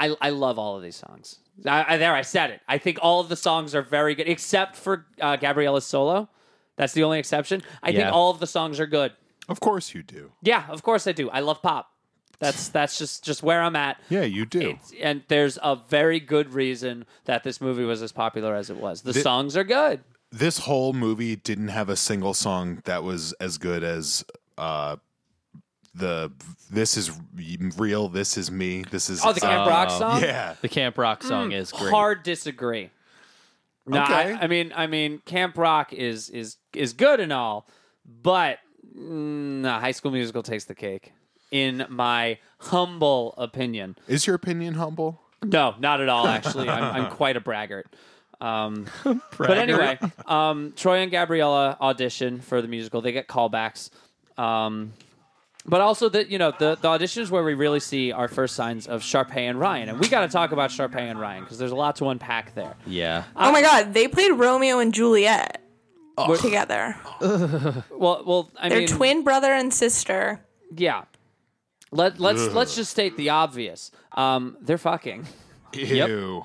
I I love all of these songs. I, I, there, I said it. I think all of the songs are very good, except for uh, Gabriella's solo. That's the only exception. I
Yeah.
think all of the songs are good.
Of course you do.
Yeah, of course I do. I love pop. That's that's just just where I'm at.
Yeah, you do.
It's, and there's a very good reason that this movie was as popular as it was. The
Thi-
songs are good.
this whole movie didn't have a single song that was as good as uh the this is real this is me this is uh,
Oh, the Camp Rock song.
yeah
The Camp Rock
Mm,
song is great.
Hard disagree. No,
Okay.
I, I mean, I mean, Camp Rock is is is good and all, but mm, no, High School Musical takes the cake, in my humble opinion.
is your opinion humble
No, not at all. Actually, I'm, I'm quite a braggart. Um, but anyway, um, Troy and Gabriella audition for the musical. They get callbacks. Um, but also that you know the, the audition is where we really see our first signs of Sharpay and Ryan, and we got to talk about Sharpay and Ryan because there's a lot to unpack there.
Yeah.
Oh
Um,
my god, they played Romeo and Juliet
Oh.
together.
Well, well, I
They're
mean,
twin brother and sister.
yeah. Let let's let's just state the obvious. Um, they're fucking.
ew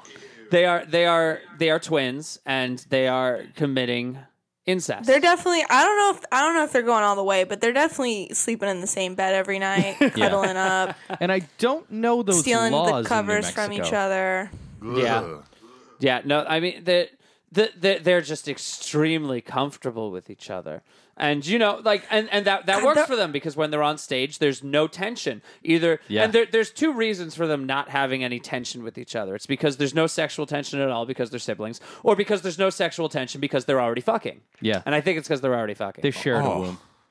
They are they are they are twins, and they are committing incest.
They're definitely. I don't know if I don't know if they're going all the way, but they're definitely sleeping in the same bed every night, cuddling up,
And I don't know those
stealing
laws
the
in New
covers from each
Mexico.
other.
Yeah. Yeah, no, I mean they they they're just extremely comfortable with each other. And you know, like and, and that, that works
that-
for them because when they're on stage there's no tension. Either
Yeah.
and there, there's two reasons for them not having any tension with each other. It's because there's no sexual tension at all because they're siblings, or because there's no sexual tension because they're already fucking.
Yeah.
And I think it's because they're already fucking.
They shared a
Oh.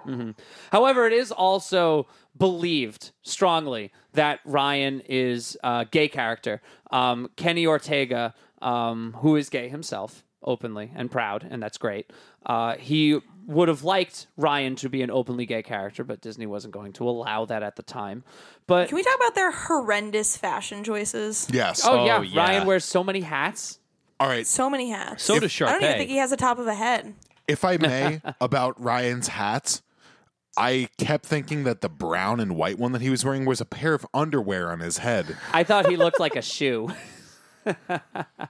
womb.
However, it is also believed strongly that Ryan is a gay character. Um, Kenny Ortega, um, who is gay himself, openly and proud, and that's great. Uh, he would have liked Ryan to be an openly gay character, but Disney wasn't going to allow that at the time. But
Can we talk about their horrendous fashion choices?
yes
oh, yeah,
Oh, yeah.
Ryan wears so many hats.
all right
So many hats.
So does
I don't even
Sharpay.
think he has a top of a head.
if i may about ryan's hats i kept thinking that the brown and white one that he was wearing was a pair of underwear on his head
I thought he looked like a shoe.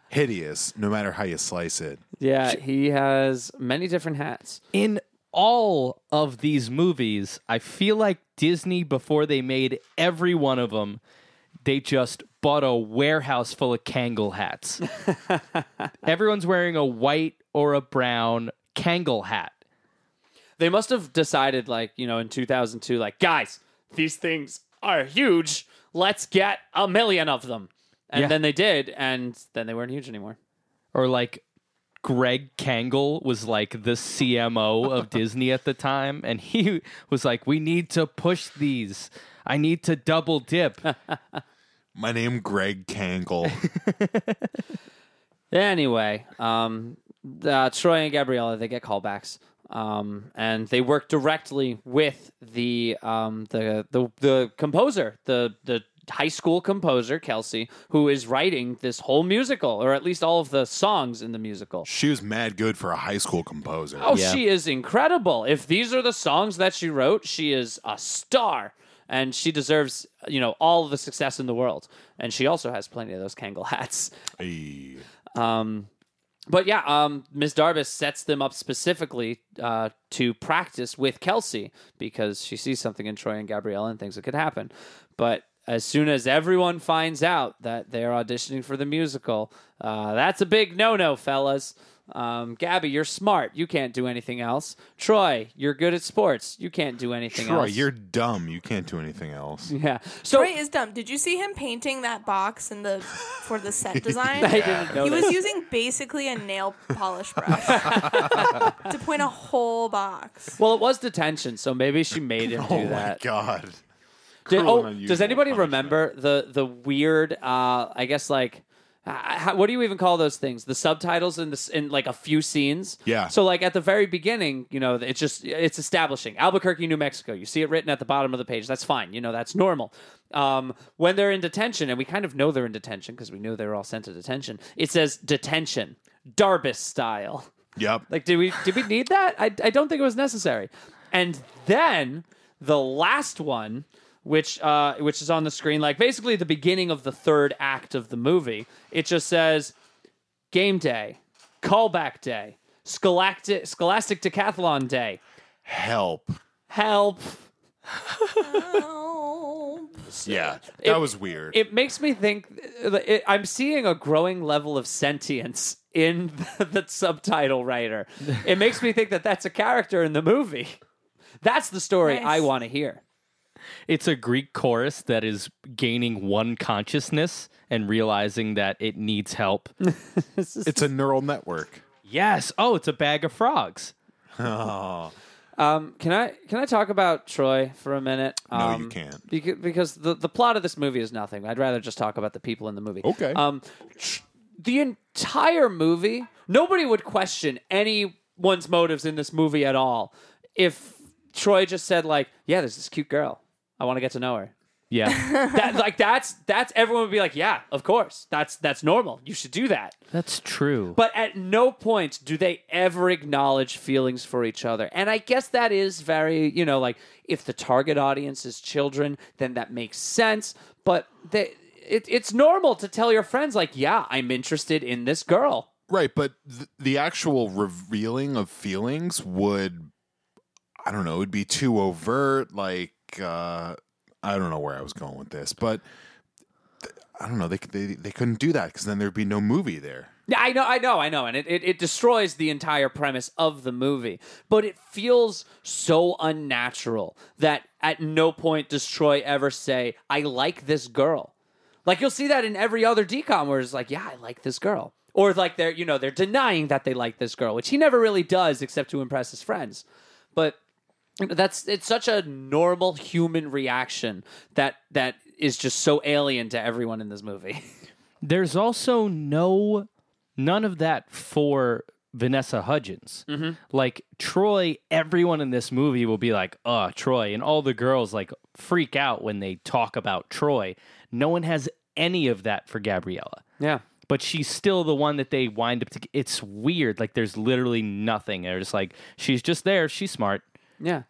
hideous no matter how you slice it
Yeah, he has many different hats.
in all of these movies, I feel like Disney, before they made every one of them, they just bought a warehouse full of Kangol hats. Everyone's wearing a white or a brown Kangol hat.
they must have decided like you know in 2002 like guys these things are huge let's get a million of them and
Yeah.
then they did and then they weren't huge anymore
Or like Greg Kangol was like the CMO of Disney at the time. And he was like, we need to push these. I need to double dip.
my name greg kangle
anyway um uh, troy and gabriella they get callbacks um, and they work directly with the um, the, the the composer the the high school composer kelsey who is writing this whole musical or at least all of the songs in the musical
she was mad good for a high school composer
Oh,
Yeah.
she is incredible. If these are the songs that she wrote, she is a star. And she deserves, you know, all the success in the world. And she also has plenty of those Kangol hats.
Hey.
But yeah, um, Ms. Darbus sets them up specifically uh, to practice with Kelsey because she sees something in Troy and Gabrielle and thinks it could happen. But as soon as everyone finds out that they're auditioning for the musical, uh, that's a big no no, fellas. Um, Gabby, you're smart. You can't do anything else. Troy, you're good at sports. You can't do anything
Troy,
else.
you're dumb. You can't do anything else.
yeah. So
Troy is dumb. Did you see him painting that box in the for the set design?
I didn't know
He
that.
was using basically a nail polish brush to point a whole box.
well, it was detention, so maybe she made him do
oh my
that.
god.
Did-
Cruel and
oh, does
unusual
anybody
punishment.
remember the the weird? Uh, I guess like. uh, How, what do you even call those things? The subtitles in this in like a few scenes.
Yeah.
So like at the very beginning, you know, it's just it's establishing Albuquerque, New Mexico. You see it written at the bottom of the page. That's fine. You know that's normal. Um, when they're in detention, and we kind of know they're in detention because we knew they were all sent to detention. It says detention, Darbus style.
Yep.
Like, did we did we need that? I, I don't think it was necessary. And then the last one, which uh, which is on the screen, like basically the beginning of the third act of the movie, it just says game day, callback day, scholastic scholastic decathlon day,
Help.
help.
Oh.
Yeah. That
It-
was weird.
It makes me think. uh, It, I'm seeing a growing level of sentience in the, the subtitle writer. It makes me think that that's a character in the movie. That's the story
Nice.
I want to hear.
It's a Greek chorus that is gaining one consciousness and realizing that it needs help.
This is-
it's a neural network.
yes. Oh, it's a bag of frogs.
Um, can I can I talk about Troy for a minute?
No,
Um,
you can't.
Because, because the the plot of this movie is nothing. I'd rather just talk about the people in the movie.
Okay.
Um, tr- the entire movie, nobody would question anyone's motives in this movie at all if Troy just said like, "Yeah, there's this cute girl. I want to get to know her."
Yeah.
That like that's that's everyone would be like, "Yeah, of course. That's that's normal. You should do that."
That's true.
But at no point do they ever acknowledge feelings for each other. And I guess that is very, you know, like if the target audience is children, then that makes sense. But they, it, it's normal to tell your friends, like, yeah, I'm interested in this girl.
Right, but th- the actual revealing of feelings would I don't know, it would be too overt like uh I don't know where I was going with this, but th- I don't know, they c- they they couldn't do that cuz then there'd be no movie there.
Yeah, I know, I know, I know. And it, it, it destroys the entire premise of the movie. But it feels so unnatural that at no point does Troy ever say, I like this girl. Like you'll see that in every other decom where it's like, yeah, I like this girl. Or like they're, you know, they're denying that they like this girl, which he never really does except to impress his friends. But that's it's such a normal human reaction that that is just so alien to everyone in this movie.
There's also no, none of that for Vanessa Hudgens. Like Troy, everyone in this movie will be like, "Oh, Troy," and all the girls like freak out when they talk about Troy. No one has any of that for Gabriella.
yeah.
but she's still the one that they wind up to it's weird like there's literally nothing they're just like she's just there she's smart
Yeah.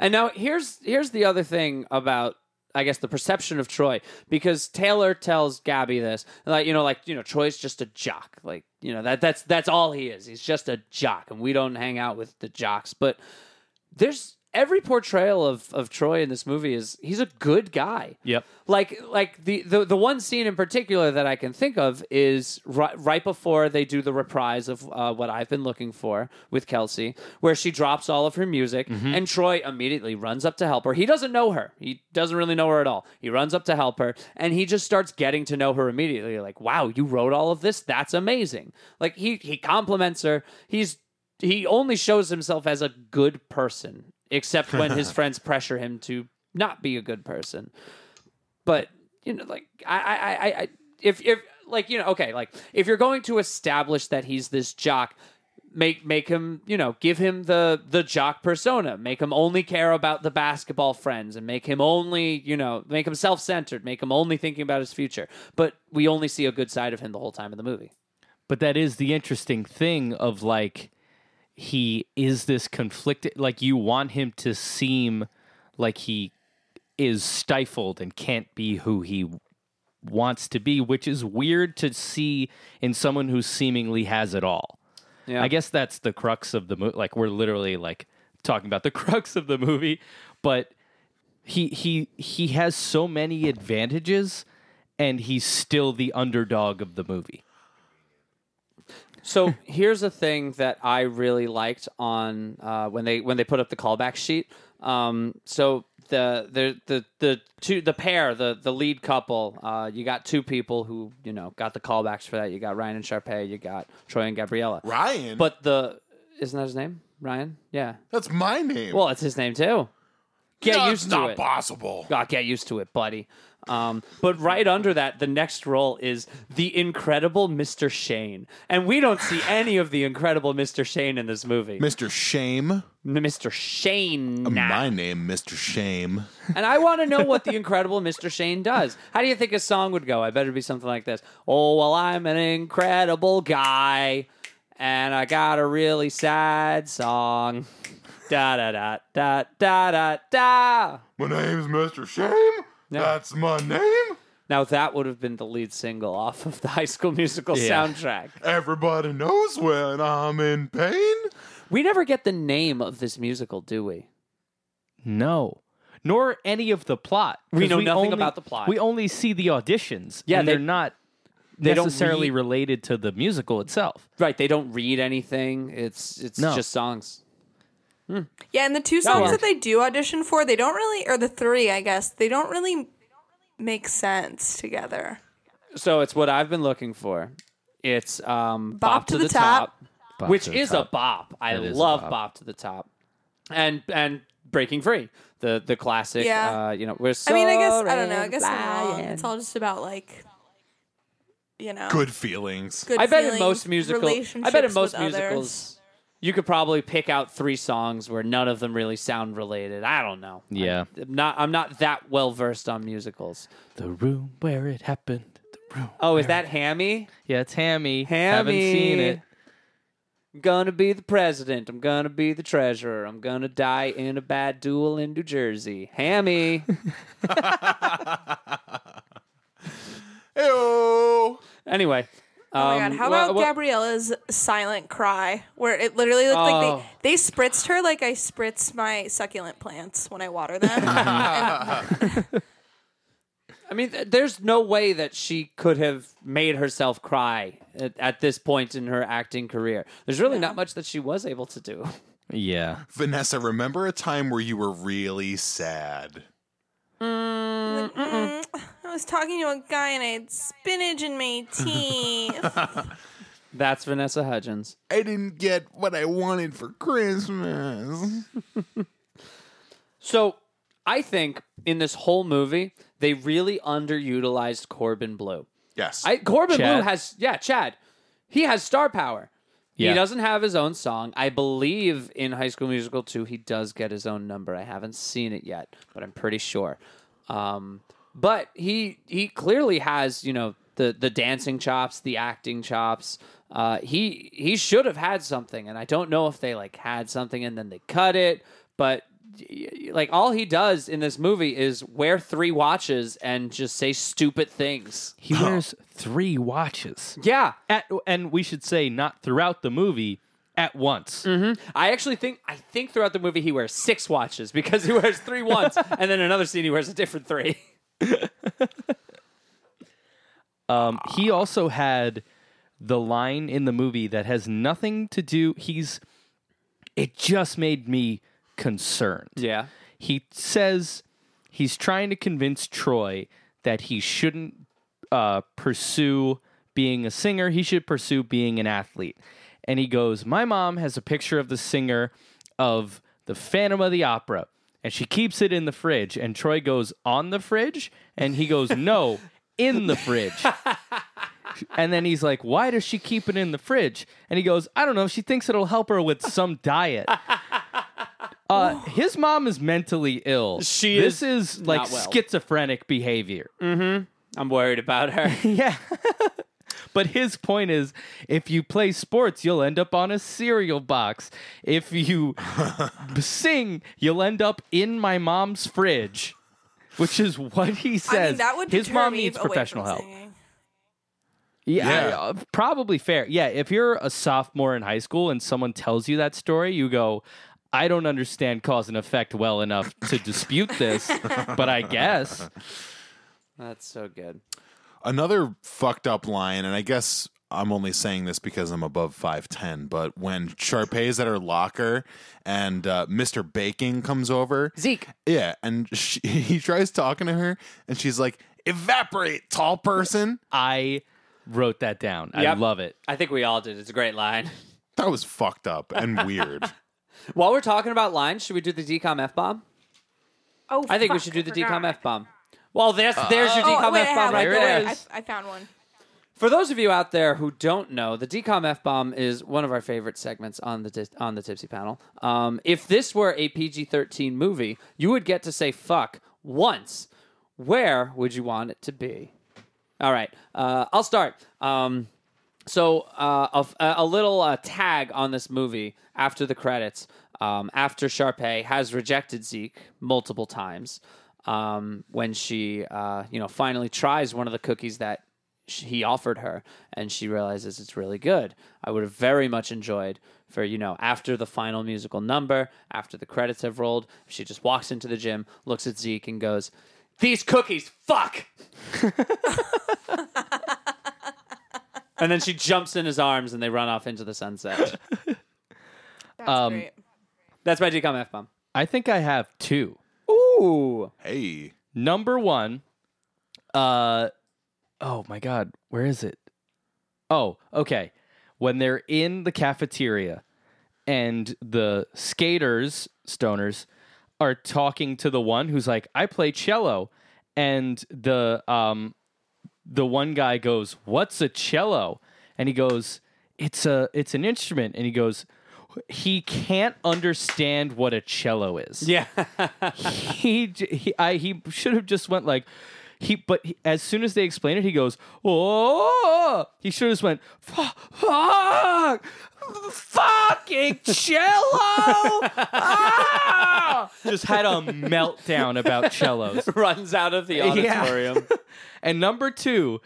And now here's here's the other thing about I guess the perception of Troy because Taylor tells Gabby this like you know like you know Troy's just a jock like you know that that's that's all he is he's just a jock and we don't hang out with the jocks but there's every portrayal of of Troy in this movie is he's a good guy
Yep.
like like the the, the one scene in particular that I can think of is ri- right before they do the reprise of uh, what I've been looking for with Kelsey, where she drops all of her music and Troy immediately runs up to help her. He doesn't know her. He doesn't really know her at all. He runs up to help her and he just starts getting to know her immediately. Like, wow, you wrote all of this. That's amazing. Like he he compliments her. He's he only shows himself as a good person, except when his friends pressure him to not be a good person but you know like I, I i i if if like you know okay like if you're going to establish that he's this jock make make him you know give him the the jock persona make him only care about the basketball friends and make him only you know make him self-centered make him only thinking about his future but we only see a good side of him the whole time in the movie
but that is the interesting thing of like he is this conflicted like you want him to seem like he is stifled and can't be who he wants to be which is weird to see in someone who seemingly has it all
Yeah.
i guess that's the crux of the movie like we're literally like talking about the crux of the movie but he he he has so many advantages and he's still the underdog of the movie
So here's a thing that I really liked on uh, when they when they put up the callback sheet. Um, so the the the the two the pair the the lead couple. Uh, you got two people who you know got the callbacks for that. You got Ryan and Sharpay. You got Troy and Gabriella.
Ryan.
But the isn't that his name? Ryan. Yeah.
that's my name.
Well, it's his name too. Get
No,
used
it's
to
not
it.
possible.
God, get used to it, buddy. Um, but right under that, the next role is the incredible Mr. Shane, and we don't see any of the incredible Mr. Shane in this movie.
Mr. Shame.
Mr. Shane,
My name Mr. Shame.
and I want to know what the incredible Mr. Shane does. How do you think his song would go? I better be something like this. Oh well, I'm an incredible guy, and I got a really sad song. Da da da da da da da.
My name's Mr. Shame.
No.
That's my name.
Now that would have been the lead single off of the High School Musical
Yeah.
soundtrack.
Everybody knows when I'm in pain.
We never get the name of this musical, do we?
No. Nor any of the plot. 'Cause
We know nothing about the plot.
We only see the auditions.
Yeah,
and
they-
are not
they don't
necessarily
read-
related to the musical itself.
Right, they don't read anything. It's it's
No.
just songs.
Yeah, and the two songs
worked.
that they do audition for, they don't really, or the three, I guess, they don't really make sense together.
So it's what I've been looking for. It's um, Bop, to, the, top,
Bop
which
to the
is
Top.
a bop. I
It is a
love
bop.
bop. to the top, and and Breaking Free, the the classic.
Yeah.
uh, you know we're.
I
So
mean, I guess I don't know. I guess I'm wrong.
flying.
It's all just about like, you know,
Good feelings.
good
I bet in
feelings,
most musicals. I
relationships
bet in most
with others.
musicals, you could probably pick out three songs where none of them really sound related. I don't know.
Yeah.
I'm not I'm not that well versed on musicals.
The room where it happened. The room.
Oh, is that Hammy?
Yeah, it's Hammy. Haven't
Hammy.
seen it.
I'm gonna be the president. I'm gonna be the treasurer. I'm gonna die in a bad duel in New Jersey. Hammy.
Ew.
anyway.
Oh my god!
um,
How about Gabriella's silent cry, where it literally looked
Oh.
like they they spritzed her like I spritz my succulent plants when I water them.
I mean, th- there's no way that she could have made herself cry at, at this point in her acting career. There's really not much that she was able to do.
Yeah.
Vanessa, remember a time where you were really sad?
I was talking to a guy and I had spinach in my teeth.
That's Vanessa Hudgens.
I didn't get what I wanted for Christmas.
So I think in this whole movie, they really underutilized Corbin Blue.
Yes.
I Corbin
Chad.
Blue has yeah, Chad. He has star power.
Yeah.
He doesn't have his own song. I believe in High School Musical 2 he does get his own number. I haven't seen it yet, but I'm pretty sure. Um, but he he clearly has, you know, the the dancing chops, the acting chops. Uh, he he should have had something and I don't know if they like had something and then they cut it, but y- y- like all he does in this movie is wear three watches and just say stupid things.
He wears three watches.
Yeah.
At, and we should say not throughout the movie, at once.
I actually think I think throughout the movie he wears six watches because he wears three once, and then another scene he wears a different three.
Um, he also had the line in the movie that has nothing to do. He's. It just made me concerned.
Yeah.
He says he's trying to convince Troy that he shouldn't uh, pursue being a singer. He should pursue being an athlete. And he goes, My mom has a picture of the singer of the Phantom of the Opera, and she keeps it in the fridge. And Troy goes, On the fridge? And he goes, No, in the fridge. And then he's like, Why does she keep it in the fridge? And he goes, I don't know. She thinks it'll help her with some diet. Uh, his mom is mentally ill.
She
this
is
is like
not well.
schizophrenic behavior.
Mm.
I'm worried about her.
Yeah. but his point is if you play sports, you'll end up on a cereal box. If you sing, you'll end up in my mom's fridge, which is what he says.
I mean, that would
his
deter
mom
me
needs
away from
professional help.
singing.
Yeah, I-
Yeah.
uh, probably fair. Yeah, if you're a sophomore in high school and someone tells you that story, you go, I don't understand cause and effect well enough to dispute this, but I guess.
That's so good.
Another fucked up line, and I guess I'm only saying this because I'm above 5'10, but when Sharpay's at her locker and uh, Mr. Baking comes over.
Zeke.
Yeah, and she, he tries talking to her, and she's like, evaporate, tall person.
I wrote that down. I
Yep.
love it.
I think we all did. It's a great line.
That was fucked up and weird.
While we're talking about lines, should we do the decom f bomb?
Oh,
I think we
fuck,
should do
I
the
forgot.
decom f bomb. Well, there's there's your
Oh,
decom
wait, I
f
have
bomb
it.
right
There it
there.
is.
I, I found one.
For those of you out there who don't know, the DCOM F bomb is one of our favorite segments on the dis- on the Tipsy panel. Um, if this were a PG thirteen movie, you would get to say "fuck" once. Where would you want it to be? All right, uh, I'll start. Um, So uh, a, f- a little uh, tag on this movie after the credits. Um, after Sharpay has rejected Zeke multiple times, um, when she uh, you know finally tries one of the cookies that sh he offered her, and she realizes it's really good. I would have very much enjoyed for you know after the final musical number, after the credits have rolled, she just walks into the gym, looks at Zeke, and goes, "These cookies, fuck." and then she jumps in his arms and they run off into the sunset.
That's
Um,
great.
That's my DCOM F bomb.
I think I have two.
Ooh.
Hey,
Number one, uh, oh my God, where is it? Oh, okay. When they're in the cafeteria and the skaters, stoners, are talking to the one who's like, I play cello. And the, um, the one guy goes, "What's a cello?" And he goes, "It's a it's an instrument." And he goes, "He can't understand what a cello is."
Yeah.
he j- he I, he should have just went like he but he- as soon as they explain it he goes oh he should have just went fuck fuck fucking cello ah! just had a meltdown about cellos
Runs out of the
Yeah.
auditorium.
and number two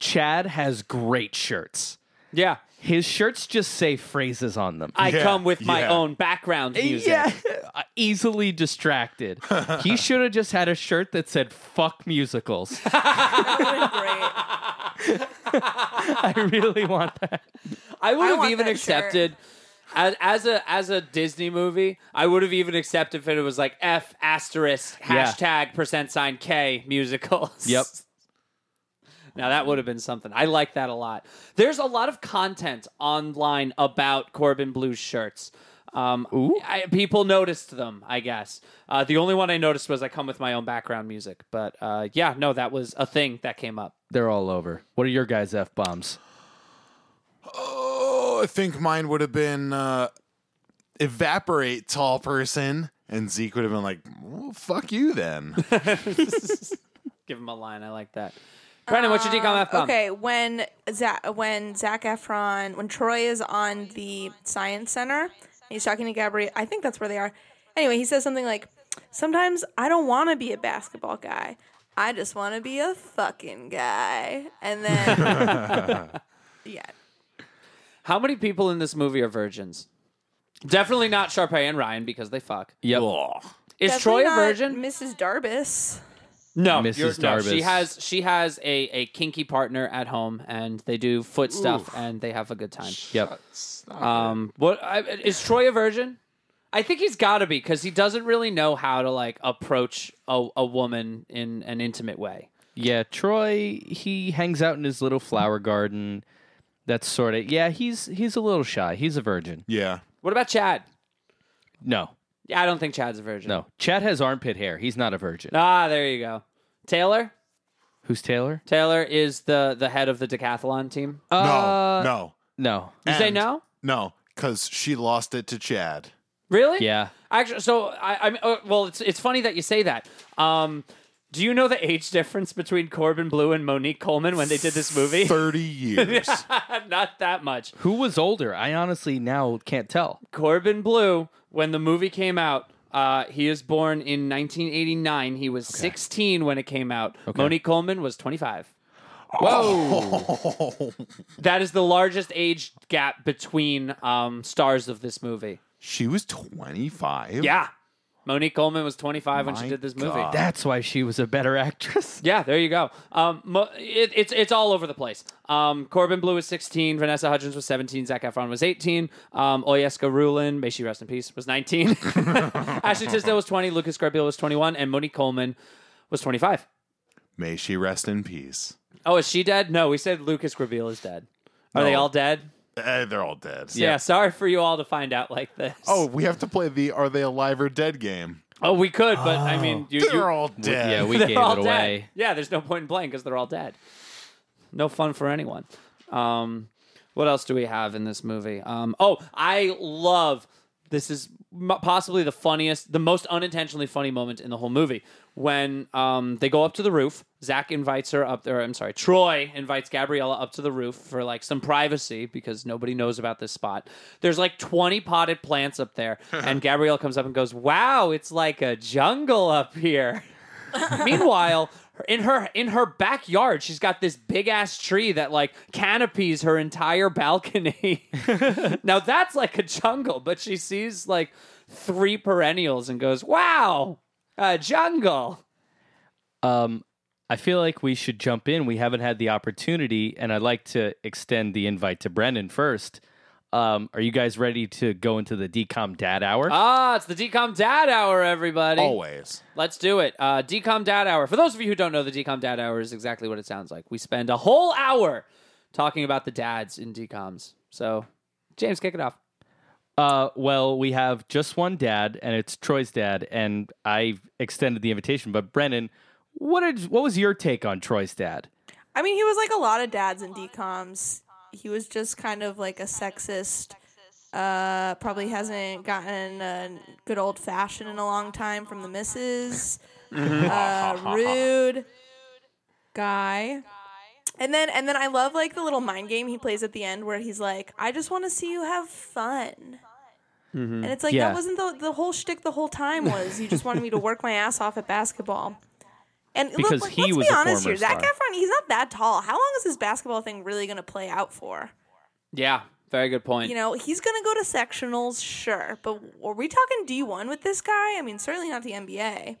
chad has great shirts
Yeah.
his shirts just say phrases on them
I
Yeah,
come with my
yeah.
own background music.
Yeah, easily distracted. he should have just had a shirt that said "fuck musicals."
That would have been great.
I really want that.
I would
I
have
want
even
that
accepted as, as a as a Disney movie, I would have even accepted if it was like F asterisk
Yeah.
hashtag percent sign K musicals.
Yep.
Now that would have been something. I like that a lot. There's a lot of content online about Corbin Blue's shirts. Um, I, people noticed them, I guess. Uh, the only one I noticed was I come with my own background music. But uh, yeah, no, that was a thing that came up.
They're all over. What are your guys' f bombs?
oh, I think mine would have been uh, evaporate, tall person, and Zeke would have been like, well, "Fuck you, then."
Give him a line. I like that. Brennan, what's your decom F bomb?
Uh, Okay, when Zach, when Zach Efron, when Troy is on the Science Center, and he's talking to Gabrielle. I think that's where they are. Anyway, he says something like, "Sometimes I don't want to be a basketball guy. I just want to be a fucking guy." And then, yeah,
How many people in this movie are virgins? Definitely not Sharpay and Ryan because they fuck.
Yep.
Is
Definitely
Troy a
not
virgin?
Mrs. Darbus.
No,
Mrs.
you're- no, she
Darbus.
has she has a, a kinky partner at home, and they do foot stuff, and they have a good time.
Yep.
Um, what I, is Troy a virgin? I think he's got to be because he doesn't really know how to like approach a, a woman in an intimate way.
Yeah, Troy. He hangs out in his little flower garden. That's sort of yeah. He's he's a little shy. He's a virgin.
yeah,
What about Chad?
No,
Yeah, I don't think Chad's a virgin.
no. Chad has armpit hair. He's not a virgin.
Ah, there you go. Taylor.
Who's Taylor?
Taylor is the the head of the decathlon team.
no,
Uh,
no,
no.
You say
And-
no?
no, because she lost it to Chad.
Really?
Yeah.
Actually, so I, I mean, uh, well, it's it's funny that you say that. Um, do you know the age difference between Corbin Blue and Monique Coleman when they did this movie?
Thirty years.
Not that much.
Who was older? I honestly now can't tell.
Corbin Blue, when the movie came out, uh, he is born in 1989. He was 16 when it came out. Monique Coleman was 25. Whoa! that is the largest age gap between um, stars of this movie.
she was twenty-five.
Yeah, Monique Coleman was 25 when she
My
did this movie.
God.
That's why she was a better actress.
Yeah, there you go. Um, mo- it, it's it's all over the place. Um, Corbin Blue was 16. Vanessa Hudgens was 17. Zach Efron was 18. Um, Oyeska Rulin, may she rest in peace, was 19. Ashley Tisdale was 20. Lucas Garbiel was 21. And Monique Coleman was 25.
May she rest in peace.
Oh, is she dead? No, we said Lucas Garbiel is dead. Are they
No.
all dead?
Eh, they're all dead.
Oh. Yeah. sorry for you all to find out like this.
Oh, we have to play the "Are they alive or dead?" game.
oh we could, but I mean, you,
They're
you,
all dead.
Yeah, we
they're
gave
all
it away.
dead. Yeah, there's no point in playing because they're all dead. No fun for anyone. Um, what else do we have in this movie? Um, oh, I love This is m- possibly the funniest, the most unintentionally funny moment in the whole movie when um, they go up to the roof. Zach invites her up there. I'm sorry, Troy invites Gabriella up to the roof for like some privacy because nobody knows about this spot. There's like 20 potted plants up there, and Gabriella comes up and goes, "Wow, it's like a jungle up here." Meanwhile, in her in her backyard, she's got this big ass tree that like canopies her entire balcony. now that's like a jungle, but she sees like three perennials and goes, "Wow, a jungle."
Um, I feel like we should jump in. We haven't had the opportunity, and I'd like to extend the invite to Brendan first. Um, are you guys ready to go into the DCOM Dad Hour?
Ah, it's the Decom Dad Hour, everybody.
Always.
Let's do it. Uh, Decom Dad Hour. For those of you who don't know, the Decom Dad Hour is exactly what it sounds like. We spend a whole hour talking about the dads in Decoms. So, James, kick it off.
Uh, well, we have just one dad, and it's Troy's dad, and I've extended the invitation. But Brennan, what did what was your take on Troy's dad?
I mean, he was like a lot of dads in DComs. He was just kind of like a sexist. Uh, probably hasn't gotten a good old fashioned in a long time from the missus.
Mm-hmm.
uh, rude guy. And then and then I love like the little mind game he plays at the end where he's like, I just want to see you have fun. And it's like
Mm-hmm. Yeah.
that wasn't the the whole shtick the whole time was you just wanted me to work my ass off at basketball. And look,
Because
like,
he
let's
was
be
a
honest
former
here, Zach
star.
Efron, he's not that tall. How long is this basketball thing really going to play out for?
Yeah, very good point.
You know, he's going to go to sectionals, sure, but are we talking D one with this guy? I mean, certainly not the NBA.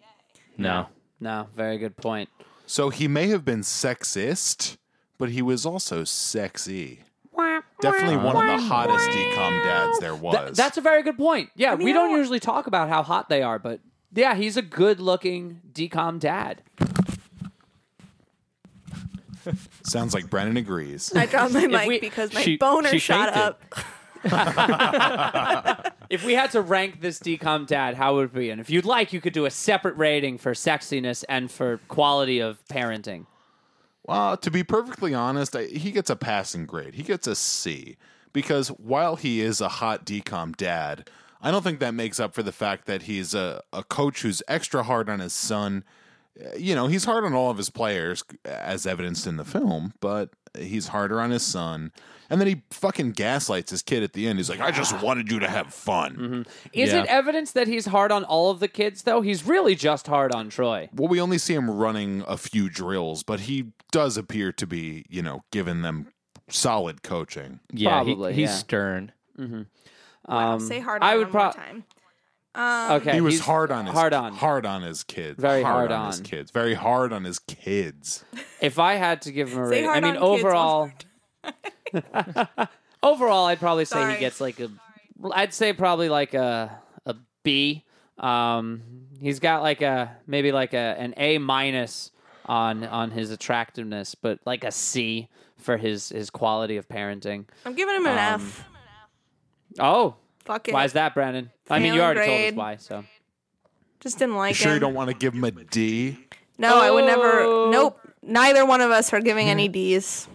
No,
No, very good point.
So he may have been sexist, but he was also sexy. Definitely one of the hottest decom dads there was.
Th- that's a very good point. Yeah,
mean,
we
I
don't
don't-
usually talk about how hot they are, but yeah, he's a good-looking decom dad.
Sounds like Brennan agrees.
I dropped my mic
we-
because my
she-
boner
she
shot
fainted.
up.
If we had to rank this decom dad, how would it be? And if you'd like, you could do a separate rating for sexiness and for quality of parenting.
Well, Uh, to be perfectly honest, I, he gets a passing grade. He gets a C because while he is a hot decom dad, I don't think that makes up for the fact that he's a, a coach who's extra hard on his son. Uh, You know, he's hard on all of his players, uh, as evidenced in the film, but he's harder on his son. And then he fucking gaslights his kid at the end. He's like, I just wanted you to have fun.
Is
Yeah.
it evidence that he's hard on all of the kids, though? He's really just hard on Troy.
Well, we only see him running a few drills, but he does appear to be, you know, giving them solid coaching.
yeah, he-
Probably,
he's
yeah.
stern.
Um,
Say hard
I
on
would
one more
pro-
time. Um,
Okay,
he was
he's
hard on his
hard on.
hard on his kids.
Very hard
his
on.
kids. Very hard on his kids.
If I had to give him a
Say
rating, I
hard
mean,
on kids one
overall,
more time.
overall, I'd probably say
Sorry.
he gets like a, I'd say probably like a a B. Um, he's got like a maybe like a an A minus on on his attractiveness, but like a C for his his quality of parenting.
I'm giving him an F.
Oh,
Fuck it.
why is that, Brandon? I mean, you
Failing
already told us
grade.
why. So
Just didn't like
You sure
him.
you don't want to give him a D?
No, I would
Oh.
never. Nope. Neither one of us are giving any D's.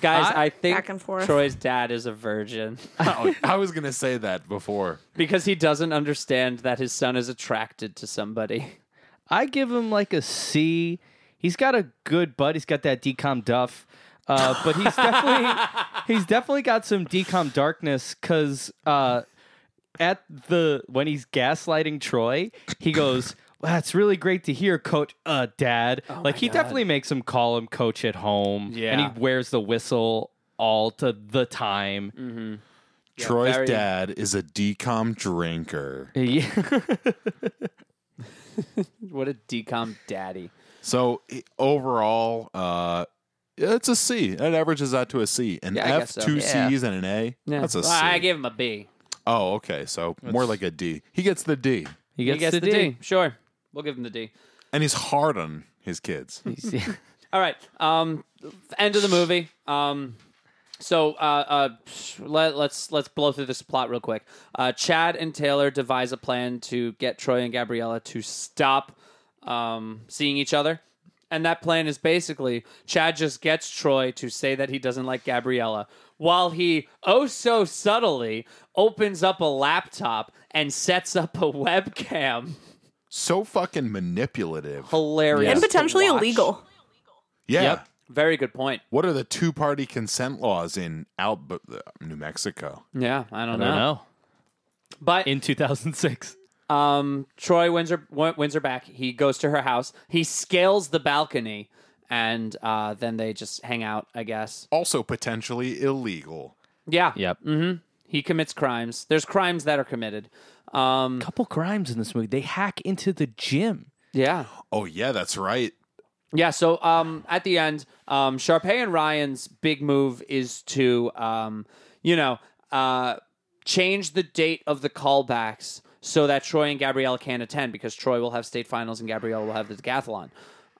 guys,
I-
I think
Back and forth.
Troy's dad is a virgin.
Oh, I was gonna say that before.
Because he doesn't understand that his son is attracted to somebody.
I give him like a C. He's got a good butt. He's got that decom duff, uh, but he's definitely he's definitely got some decom darkness because uh, at the when he's gaslighting Troy, he goes. "Wow, That's really great to hear, Coach. Uh, Dad. like he definitely makes him call him Coach at home. and
Yeah.
he wears the whistle all to the time.
Troy's
very-
dad is a decom drinker.
Yeah.
What a decom daddy.
So he- overall, uh it's a C. It averages out to a C. An
Yeah, I
F,
guess so.
two
Yeah.
C's, and an A. That's a C.
Well, I gave him a B.
oh, okay. So more like a D. He gets the D,
He
He gets,
gets
the,
the D. Sure. We'll give him the D.
and he's hard on his kids.
Hmm.
D.
All right. Um, end of the movie. Um, so uh, uh, let, let's let's blow through this plot real quick. Uh, Chad and Taylor devise a plan to get Troy and Gabriella to stop um, seeing each other, and that plan is basically Chad just gets Troy to say that he doesn't like Gabriella. while he oh so subtly opens up a laptop and sets up a webcam.
So fucking manipulative.
Hilarious.
and
to
potentially
watch.
illegal.
Yeah.
Yep. Very good point.
What are the two party consent laws in Alba, New Mexico?
Yeah, I don't,
I don't know.
But
In 2006.
um, Troy wins her, w- wins her back. He goes to her house. He scales the balcony, and uh, then they just hang out, I guess.
Also potentially illegal.
Yeah.
Yep.
He commits crimes. There's crimes that are committed. Um,
Couple crimes in this movie. They hack into the gym.
yeah.
Oh yeah, that's right.
Yeah, so um, at the end, um, Sharpay and Ryan's big move is to, um, you know, uh, change the date of the callbacks so that Troy and Gabrielle can attend because Troy will have state finals and Gabrielle will have the decathlon.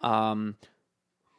Um,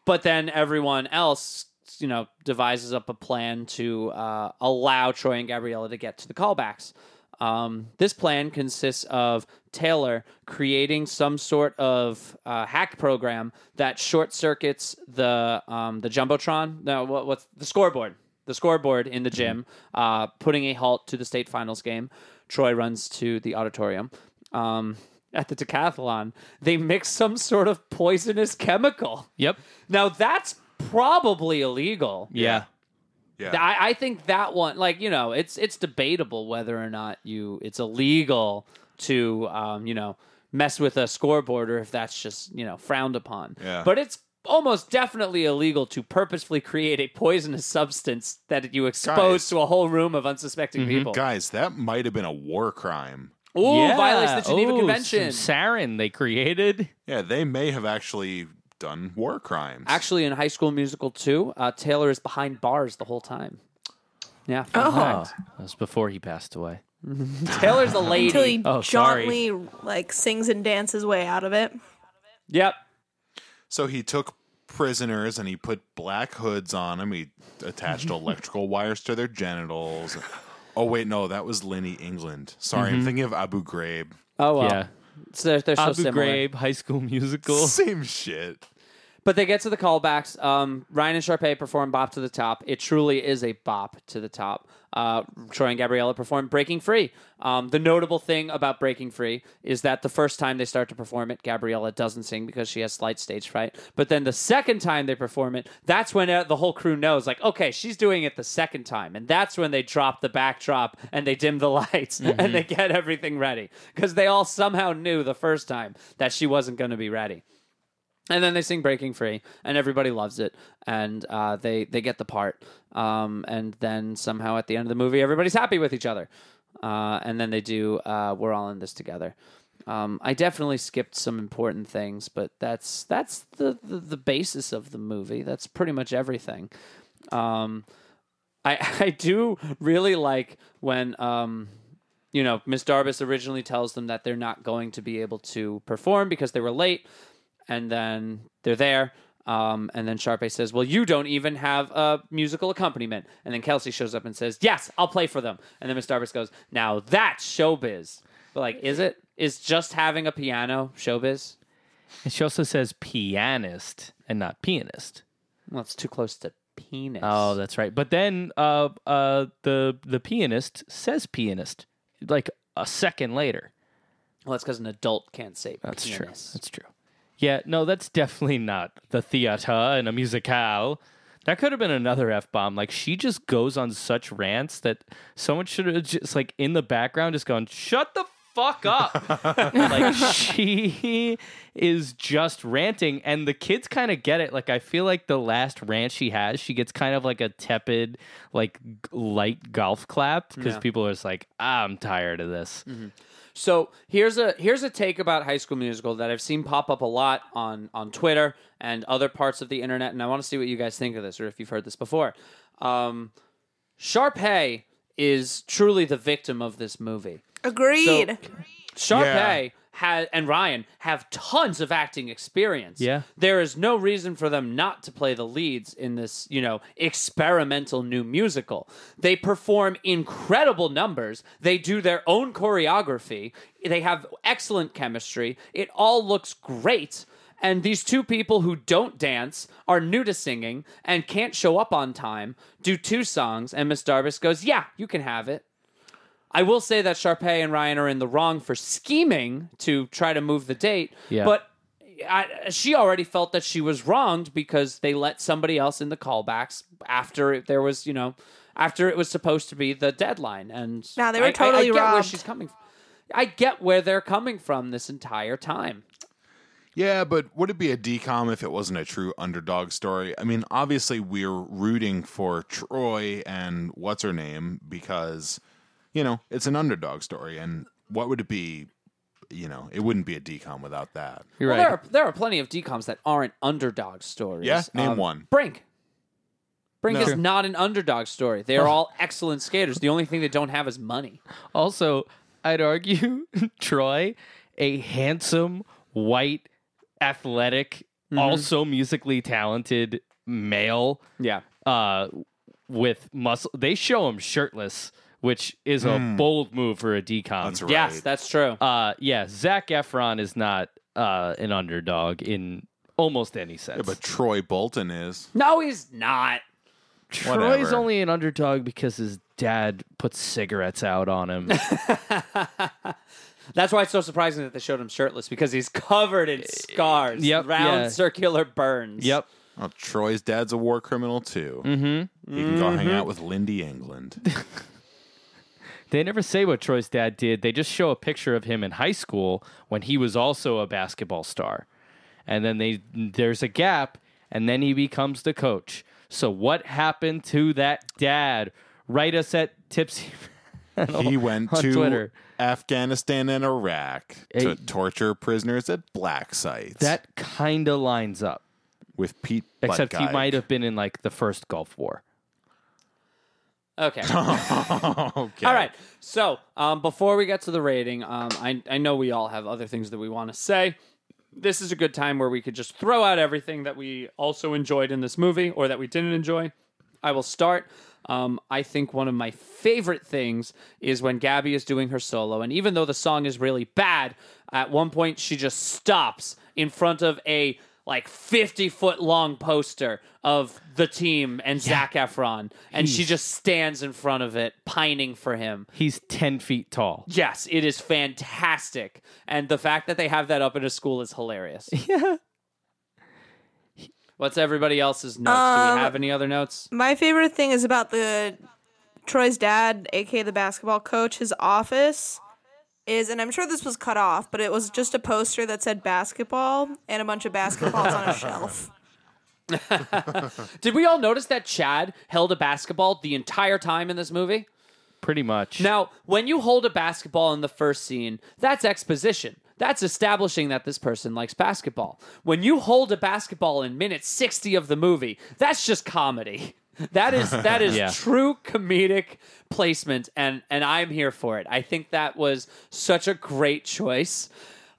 but then everyone else, you know, devises up a plan to uh, allow Troy and Gabriella to get to the callbacks. Um, this plan consists of Taylor creating some sort of uh, hack program that short circuits the um, the jumbotron. No, what, what's the scoreboard? The scoreboard in the gym, uh, putting a halt to the state finals game. Troy runs to the auditorium. Um, at the decathlon, they mix some sort of poisonous chemical.
Yep.
Now that's probably illegal.
Yeah.
Yeah.
I, I think that one, like you know, it's it's debatable whether or not you it's illegal to um, you know mess with a scoreboard or if that's just you know frowned upon.
Yeah.
But it's almost definitely illegal to purposefully create a poisonous substance that you expose
Guys.
to a whole room of unsuspecting
Mm-hmm.
people.
Guys, that might have been a war crime.
Ooh,
Yeah.
violates the Geneva
Ooh,
Convention.
Some sarin they created.
Yeah, they may have actually done war crimes.
Actually, in High School Musical 2, uh, Taylor is behind bars the whole time. Yeah. fun
Oh,
fact.
that was before he passed away.
Taylor's a lady.
Until he
Oh, sorry.
jauntily like sings and dances his way out of it.
Yep.
so he took prisoners and he put black hoods on them. He attached electrical wires to their genitals. Oh wait, no, that was Lenny England. Sorry, I'm thinking of Abu Ghraib.
Oh well.
Yeah.
So they're, they're so
Abu
similar.
Ghraib, High School Musical.
Same shit.
But they get to the callbacks. Um, Ryan and Sharpay perform "Bop to the Top." It truly is a bop to the top. Uh, Troy and Gabriella perform "Breaking Free." Um, the notable thing about "Breaking Free" is that the first time they start to perform it, Gabriella doesn't sing because she has slight stage fright. But then the second time they perform it, that's when uh, the whole crew knows, like, okay, she's doing it the second time, and that's when they drop the backdrop and they dim the lights and they get everything ready because they all somehow knew the first time that she wasn't going to be ready. And then they sing "Breaking Free," and everybody loves it, and uh, they they get the part. Um, and then somehow at the end of the movie, everybody's happy with each other. Uh, and then they do uh, "We're All in This Together." Um, I definitely skipped some important things, but that's that's the, the the basis of the movie. That's pretty much everything. Um, I I do really like when um, you know Miss Darbus originally tells them that they're not going to be able to perform because they were late and then they're there. Um, and then Sharpay says, "Well, you don't even have a musical accompaniment." And then Kelsey shows up and says, "Yes, I'll play for them." And then Miss Starburst goes, "Now that's showbiz." But like, is it? Is just having a piano showbiz?
And she also says pianist and not pianist.
Well, it's too close to penis.
Oh, that's right. But then uh, uh, the the pianist says pianist like a second later.
well, that's because an adult can't say. penis.
That's true. Yeah, no, that's definitely not the theater and a musicale. That could have been another f bomb. Like she just goes on such rants that someone should have just like in the background just gone, "Shut the fuck up!" like she is just ranting, and the kids kind of get it. Like I feel like the last rant she has, she gets kind of like a tepid, like g- light golf clap because
Yeah.
people are just like, "I'm tired of this."
So here's a here's a take about High School Musical that I've seen pop up a lot on on Twitter and other parts of the internet, and I want to see what you guys think of this or if you've heard this before. Um, Sharpay is truly the victim of this movie.
Agreed.
Sharpay ha and Ryan have tons of acting experience.
Yeah.
There is no reason for them not to play the leads in this, you know, experimental new musical. They perform incredible numbers. They do their own choreography. They have excellent chemistry. It all looks great. and these two people who don't dance are new to singing and can't show up on time do two songs and miss darvis goes yeah you can have it i will say that Sharpay and ryan are in the wrong for scheming to try to move the date
Yeah.
but I, she already felt that she was wronged because they let somebody else in the callbacks after it, there was you know after it was supposed to be the deadline and
Nah, they were
I- I- I,
totally
get where
robbed.
she's coming from. i get where they're coming from this entire time
Yeah, but would it be a decom if it wasn't a true underdog story? I mean, obviously we're rooting for Troy and what's her name because you know, it's an underdog story and what would it be, you know, it wouldn't be a decom without that.
You're
well,
right.
there are there are plenty of decoms that aren't underdog stories Um,
Yeah, name
Um,
one.
brink brink
No.
is not an underdog story they are all excellent skaters the only thing they don't have is money
Also, I'd argue Troy, a handsome, white, athletic,
Mm-hmm.
also musically talented male,
yeah
uh, with muscle. They show him shirtless, which is a bold move for a decom.
Hmm. That's right.
yes that's true
Uh, yeah, Zach Efron is not uh, an underdog in almost any sense.
Yeah, but Troy Bolton is.
no he's not
Troy's
whatever.
only an underdog because his dad put cigarettes out on him.
That's why it's so surprising that they showed him shirtless because he's covered in scars,
Eh, Yep,
round
yeah.
circular burns.
yep.
Oh, Troy's dad's a war criminal too. Mm-hmm. He can go hang out with Lindy England.
They never say what Troy's dad did. They just show a picture of him in high school when he was also a basketball star. And then they there's a gap and then he becomes the coach. So what happened to that dad? Write us at tipsy
he went
Oh, on
to
Twitter.
Afghanistan and Iraq
Hey.
to torture prisoners at black sites.
That kind of lines up.
with Pete.
Except he
Buttigieg.
might have been in like the first Gulf War.
Okay.
okay.
All right. So um, before we get to the rating, um, I, I know we all have other things that we want to say. This is a good time where we could just throw out everything that we also enjoyed in this movie or that we didn't enjoy. I will start. Um, I think one of my favorite things is when Gabby is doing her solo, and even though the song is really bad, at one point she just stops in front of a like 50 foot long poster of the team and Zach Efron, and she just stands in front of it, pining for him.
He's 10 feet tall.
Yes, it is fantastic. And the fact that they have that up in a school is hilarious. Yeah. What's everybody else's notes? Do we have any other notes?
My favorite thing is about the Troy's dad, aka the basketball coach, his office is and I'm sure this was cut off, but it was just a poster that said basketball and a bunch of basketballs on a shelf.
Did we all notice that Chad held a basketball the entire time in this movie?
Pretty much.
Now, when you hold a basketball in the first scene, that's exposition. That's establishing that this person likes basketball. When you hold a basketball in minute 60 of the movie, that's just comedy. That is that is
Yeah.
true comedic placement and and I'm here for it. I think that was such a great choice.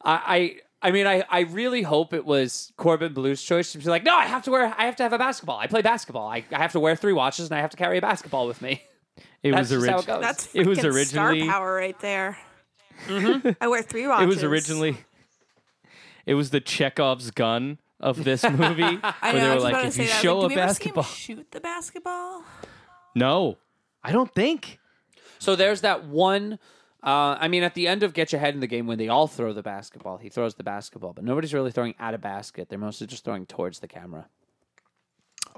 I I, I mean I, I really hope it was Corbin Blue's choice to be like, no, I have to wear I have to have a basketball. I play basketball. I, I have to wear three watches and I have to carry a basketball with me.
it
That's
was
just how it
original.
goes.
That's
It
freaking
was originally- Mm-hmm.
star power right there. I wear three watches.
It was originally. It was the Chekhov's gun of this movie, where
I know,
they
I
were
was about
like,
to
if
say
you
that. I was
show
like,
a
did we ever see him
basketball,
shoot the basketball.
no, I don't think.
So there's that one. Uh, I mean, at the end of Get Your Head in the Game, when they all throw the basketball, he throws the basketball, but nobody's really throwing at a basket. They're mostly just throwing towards the camera.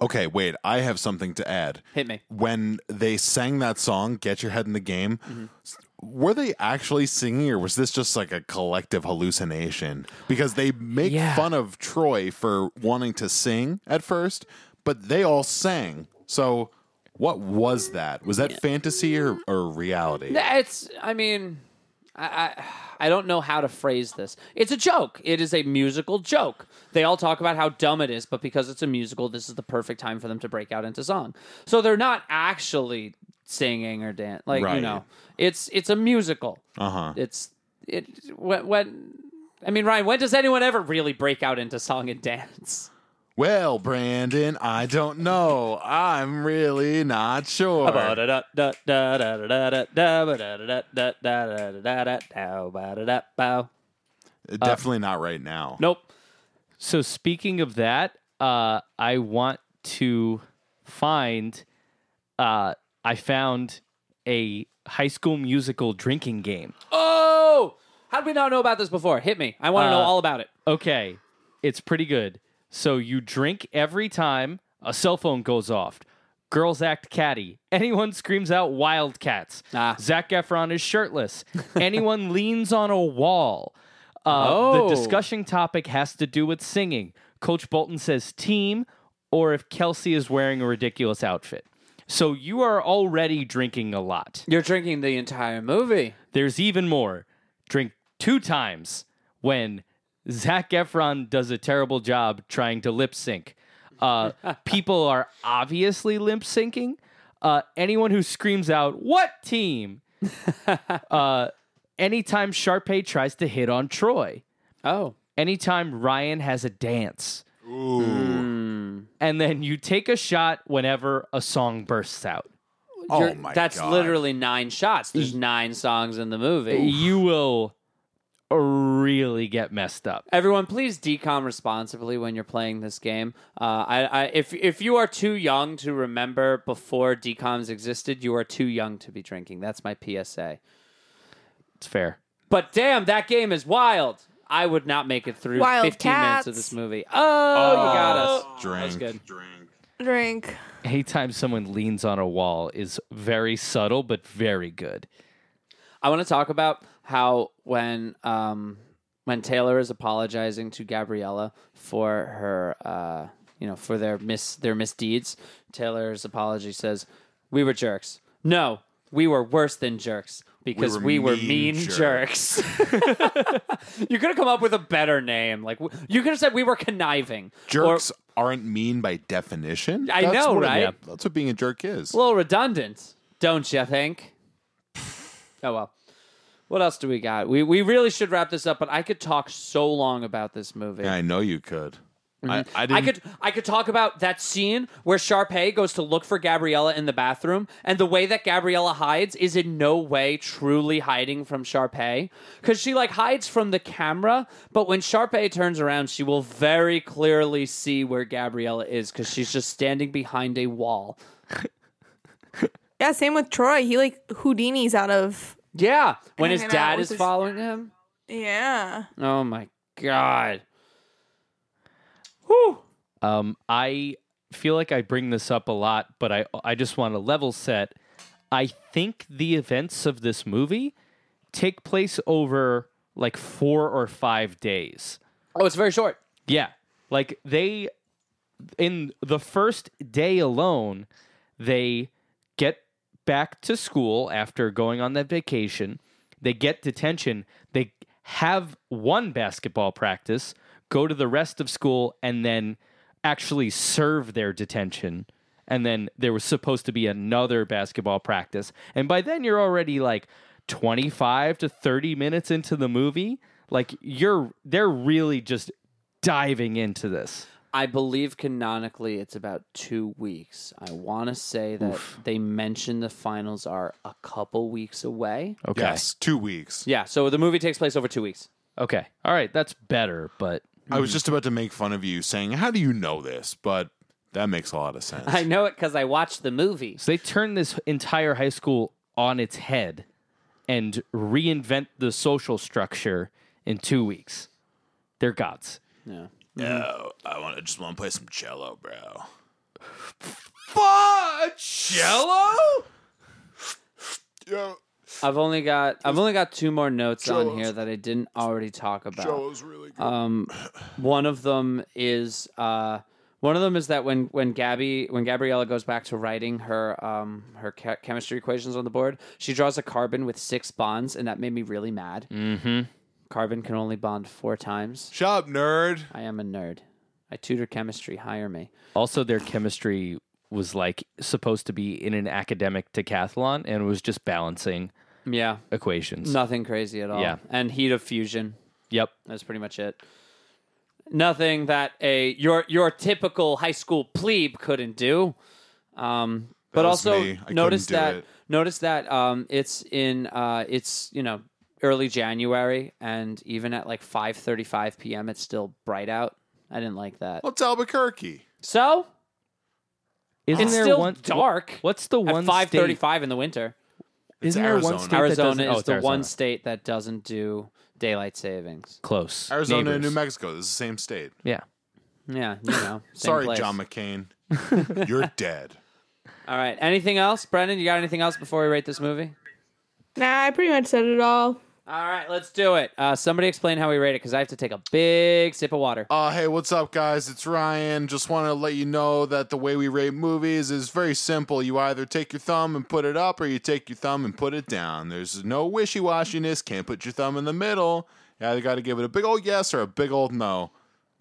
Okay, wait. I have something to add.
Hit me.
When they sang that song, "Get Your Head in the Game," s- were they actually singing, or was this just like a collective hallucination? Because they make
Yeah.
fun of Troy for wanting to sing at first, but they all sang. So, what was that? Was that fantasy or, or reality?
It's. I mean, I, I I don't know how to phrase this. It's a joke. It is a musical joke. They all talk about how dumb it is, but because it's a musical, this is the perfect time for them to break out into song. So they're not actually singing or dance. Like you
Right.
know, it's it's a musical.
Uh huh.
It's it when, when I mean Ryan, when does anyone ever really break out into song and dance?
Well, Brandon, I don't know. I'm really not sure.
Nope.
uh,
Definitely not right now.
So speaking of that, uh, I want to find. Uh, I found a High School Musical drinking game.
Oh, how did we not know about this before? Hit me. I want to know
Uh,
all about it.
Okay, it's pretty good. So you drink every time a cell phone goes off. Girls act catty. Anyone screams out wildcats.
Ah.
Zach Efron is shirtless. Anyone leans on a wall. Uh,
Oh.
The discussion topic has to do with singing. Coach Bolton says team, or if Kelsey is wearing a ridiculous outfit. So you are already drinking a lot.
You're drinking the entire movie.
There's even more. Drink two times when Zach Efron does a terrible job trying to lip sync. Uh, people are obviously lip syncing. Uh, anyone who screams out, What team? uh, anytime Sharpay tries to hit on Troy.
Oh,
Anytime Ryan has a dance.
Ooh.
And then you take a shot whenever a song bursts out.
Oh
You're-
my
That's
God.
literally nine shots. There's nine songs in the movie.
You will really get messed up.
Everyone, please decom responsibly when you're playing this game. Uh, I, I, if if you are too young to remember before decoms existed, you are too young to be drinking. That's my PSA.
It's fair.
But damn, that game is wild. I would not make it through
Wild
15 minutes of
cats.
this movie. Oh, you got us.
Drink.
That's good.
Drink.
anytime someone leans on a wall is very subtle but very good.
I want to talk about how when um, when Taylor is apologizing to Gabriella for her uh, you know for their mis their misdeeds, Taylor's apology says, "We were jerks. No, we were worse than jerks because we were, mean, jerks." you could have come up with a better name. Like w- you could have said we were conniving. Or-
Jerks aren't mean by definition.
I know,
what a-
right?
that's what being a jerk is.
a little redundant, don't you think? Oh well. What else do we got? We we really should wrap this up, but I could talk so long about this movie.
I know you could. I, I didn't.
Mm-hmm. I could I could talk about that scene where Sharpay goes to look for Gabriella in the bathroom, and the way that Gabriella hides is in no way truly hiding from Sharpay, because she like hides from the camera, but when Sharpay turns around, she will very clearly see where Gabriella is, because she's just standing behind a wall.
Yeah, same with Troy. He like Houdini's out of
Yeah, when his
Hanging out
dad
with
is
his-
following him.
yeah.
Oh my god.
Um, I feel like I bring this up a lot, but I I just want to level set. I think the events of this movie take place over like four or five days.
Oh, it's very short.
Yeah. Like they in the first day alone, they get back to school after going on that vacation. They get detention. They have one basketball practice, go to the rest of school and then actually serve their detention. And then there was supposed to be another basketball practice. And by then you're already like 25 to 30 minutes into the movie. Like you're they're really just diving into this.
I believe canonically it's about two weeks. I want to say that they mention the finals are a couple weeks away.
Okay.
Yes, two weeks.
Yeah, so the movie takes place over two weeks.
Okay. All right, that's better, but
I
Mm-hmm.
was just about to make fun of you saying, "How do you know this?" But that makes a lot of sense.
I know it because I watched the movie.
so they turn this entire high school on its head and reinvent the social structure in 2 weeks. They're gods.
No.
No, I want. I just want to play some cello, bro.
Jello?
Yeah,
I've only got I've only got two more notes on here that I didn't already talk about.
cello's really good.
Um, one of them is uh, one of them is that when when Gabby when Gabriella goes back to writing her um, her che- chemistry equations on the board, she draws a carbon with six bonds, and that made me really mad. Mm-hmm. Carbon can only bond four times.
Shut up, nerd.
I am a nerd. I tutor chemistry. Hire me.
Also their chemistry was like supposed to be in an academic decathlon and was just balancing
Yeah,
equations.
nothing crazy at all.
Yeah.
and heat of fusion.
Yep.
That's pretty much it. Nothing that a your your typical high school plebe couldn't do. Um, but
was
also
me. I couldn't
notice
do
that
it.
notice that um, it's in uh, it's you know early January and even at like five thirty five p.m. it's still bright out. I didn't like that.
Well, it's Albuquerque.
So
Isn't
it's
there
still
one
dark
What's the
at
one
five
state-
thirty-five in the winter.
It's
Isn't there one
Arizona.
state that
Arizona
doesn't-
is
oh, it's
the one
Arizona.
state that doesn't do daylight savings.
close?
Arizona and
Neighbors.
New Mexico. This is the same state.
Yeah.
Yeah, you know. same
Sorry,
place.
John McCain. You're dead.
All right. Anything else, Brendan? You got anything else before we rate this movie?
Nah, I pretty much said it all.
All right, let's do it. Uh, somebody explain how we rate it because I have to take a big sip of water.
Uh, hey, what's up, guys? It's Ryan. Just want to let you know that the way we rate movies is very simple. You either take your thumb and put it up, or you take your thumb and put it down. There's no wishy washiness. Can't put your thumb in the middle. You either got to give it a big old yes or a big old no.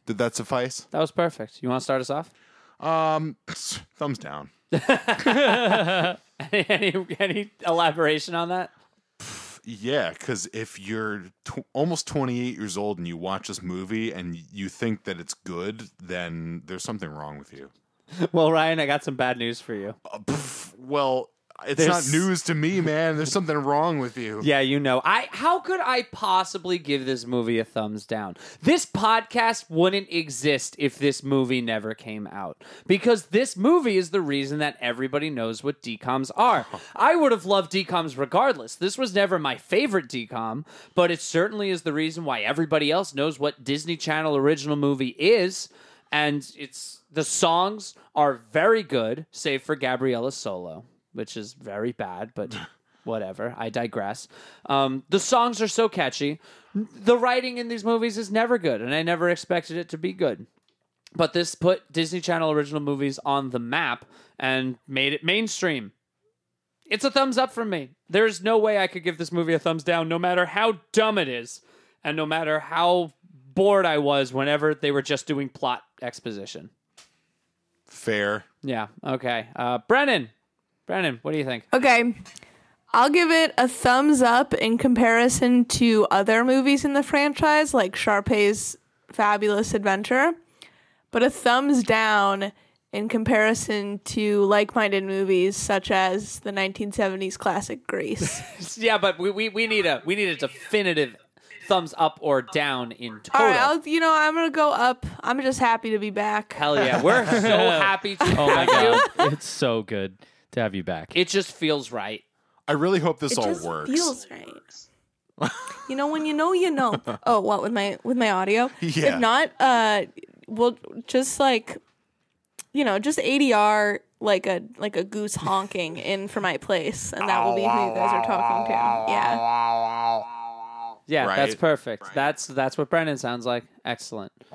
Did that suffice?
That was perfect. You want to start us off?
Um, thumbs down.
any any elaboration on that?
Yeah, because if you're tw- almost 28 years old and you watch this movie and you think that it's good, then there's something wrong with you.
Well, Ryan, I got some bad news for you.
Uh, pff, well, it's
There's-
not news to me, man. There's something wrong with you.
Yeah, you know. I how could I possibly give this movie a thumbs down? This podcast wouldn't exist if this movie never came out because this movie is the reason that everybody knows what DComs are. I would have loved DComs regardless. This was never my favorite DCom, but it certainly is the reason why everybody else knows what Disney Channel original movie is and it's the songs are very good save for Gabriella's solo, which is very bad, but whatever. I digress. Um, the songs are so catchy. The writing in these movies is never good, and I never expected it to be good. But this put Disney Channel original movies on the map and made it mainstream. It's a thumbs up from me. There's no way I could give this movie a thumbs down, no matter how dumb it is, and no matter how bored I was whenever they were just doing plot exposition.
Fair.
Yeah. Okay. Uh, Brennan, Brennan, what do you think?
Okay. I'll give it a thumbs up in comparison to other movies in the franchise, like Sharpay's Fabulous Adventure, but a thumbs down in comparison to like minded movies such as the 1970s classic Grease.
Yeah, but we, we, we need a we need a definitive thumbs up or down in total.
All right, I'll, you know, I'm going to go up. I'm just happy to be back.
Hell yeah, we're so happy to
Oh my
have you.
god, it's so good to have you back.
It just feels right.
I really hope this
it
all
just
works.
feels right. you know, when you know, you know. Oh, what with my with my audio?
Yeah.
If not, uh, we'll just like, you know, just ADR like a like a goose honking in for my place, and that will be who you guys are talking to. Yeah.
Yeah,
Right.
that's perfect. That's that's what Brennan sounds like. Excellent.
That's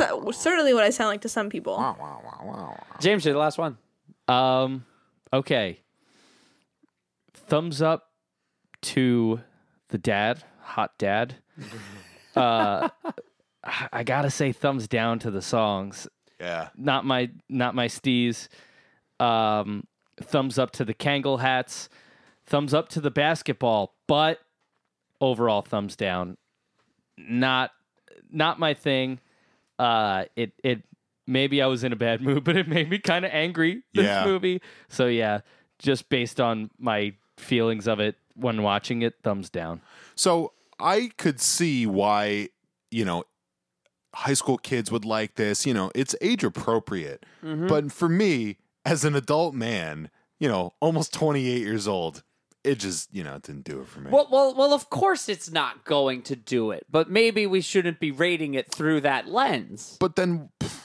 uh certainly what I sound like to some people.
James, you're the last one.
Um, okay. Thumbs up to the dad, hot dad. uh, I- I gotta say, thumbs down to the songs.
Yeah.
Not my, not my stees. Um, thumbs up to the Kangol hats. Thumbs up to the basketball, but overall thumbs down. Not, not my thing. Uh, it, it. Maybe I was in a bad mood, but it made me kind of angry. This
Yeah.
movie. So yeah, just based on my feelings of it when watching it, thumbs down.
So I could see why, you know, high school kids would like this. You know, it's age appropriate.
Mm-hmm.
But for me, as an adult man, you know, almost 28 years old, it just, you know, it didn't do it for me.
Well, well, well. Of course, it's not going to do it, but maybe we shouldn't be rating it through that lens.
but then, pff,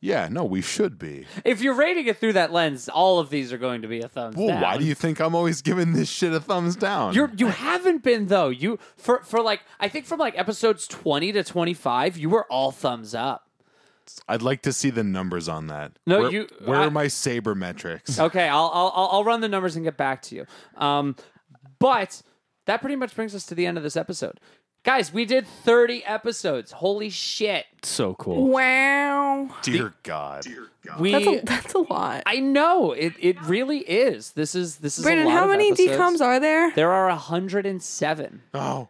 yeah, no, we should be.
If you're rating it through that lens, all of these are going to be a thumbs
Well,
down.
why do you think I'm always giving this shit a thumbs down?
You're you haven't been though. You for for like I think from like episodes twenty to twenty five, you were all thumbs up.
I'd like to see the numbers on that.
No,
where,
you-
Where
I-
are my saber metrics?
Okay, I'll I'll I'll- I'll run the numbers and get back to you. Um, but that pretty much brings us to the end of this episode, guys. We did thirty episodes. Holy shit!
So cool.
Wow.
Dear God.
We
That's a, that's a lot.
I know it. It really is. This is this is.
Brandon,
a lot
how
of
many
episodes.
decoms are there?
There are hundred and seven.
Oh,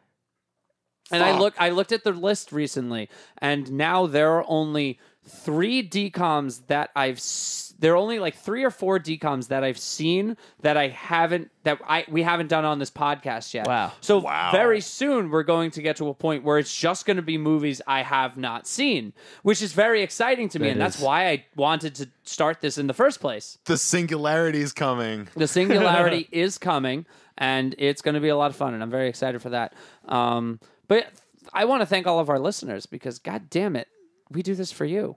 And I look I looked at the list recently and now there are only three DComs that I've s- there are only like three or four DComs that I've seen that I haven't that I we haven't done on this podcast yet.
Wow.
So
Wow.
very soon we're going to get to a point where it's just going to be movies I have not seen, which is very exciting to me,
That
and that's
is.
why I wanted to start this in the first place.
The singularity is coming.
The singularity is coming, and it's going to be a lot of fun, and I'm very excited for that. Um, but I want to thank all of our listeners because, god damn it, we do this for you.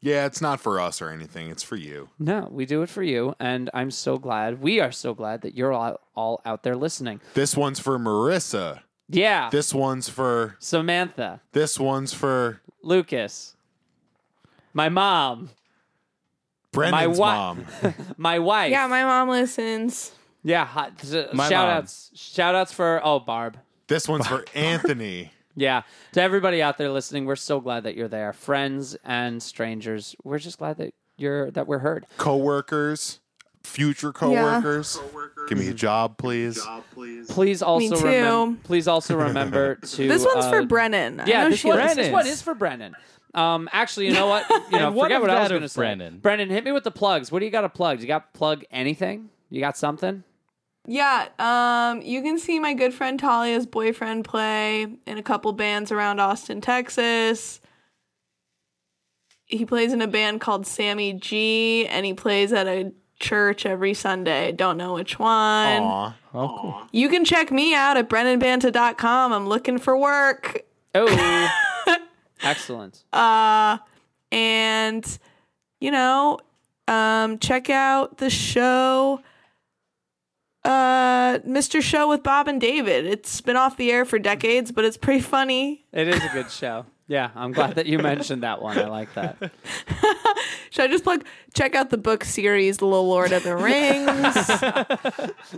Yeah, it's not for us or anything. It's for you.
No, we do it for you, and I'm so glad. We are so glad that you're all, all out there listening.
This one's for Marissa.
Yeah,
This one's for.
Samantha,
This one's for
Lucas, my mom,
Brendan's
wi-
mom.
my wife.
Yeah, my mom listens.
yeah. Hot, shout
My mom.
outs, shout outs for oh Barb.
This one's for Anthony.
Yeah. To everybody out there listening, we're so glad that you're there. Friends and strangers. We're just glad that you're that we're heard.
Coworkers, future coworkers. Give me a job, please.
Please also
too.
remember please also remember to
This one's for
uh,
Brennan. I
Yeah,
know
this,
she
one,
listens.
this one is for Brennan. Um, actually, you know what? You know,
And what
forget
of
what I
that
was
of
going to say.
Brennan?
Brennan, hit me with the plugs. What do you got to plug? You got plug anything? You got something?
Yeah, um, you can see my good friend Talia's boyfriend play in a couple bands around Austin, Texas. He plays in a band called Sammy G, and he plays at a church every Sunday. Don't know which one.
Aw.
Oh, cool.
You can check me out at brennanbanta.com. I'm looking for work.
Oh, excellent.
Uh, and, you know, um, check out the show, uh, Mr. Show with Bob and David. It's been off the air for decades, but it's pretty funny.
It is a good show. Yeah, I'm glad that you mentioned that one. I like that.
Should I just plug? Check out the book series, The Little Lord of the Rings.
I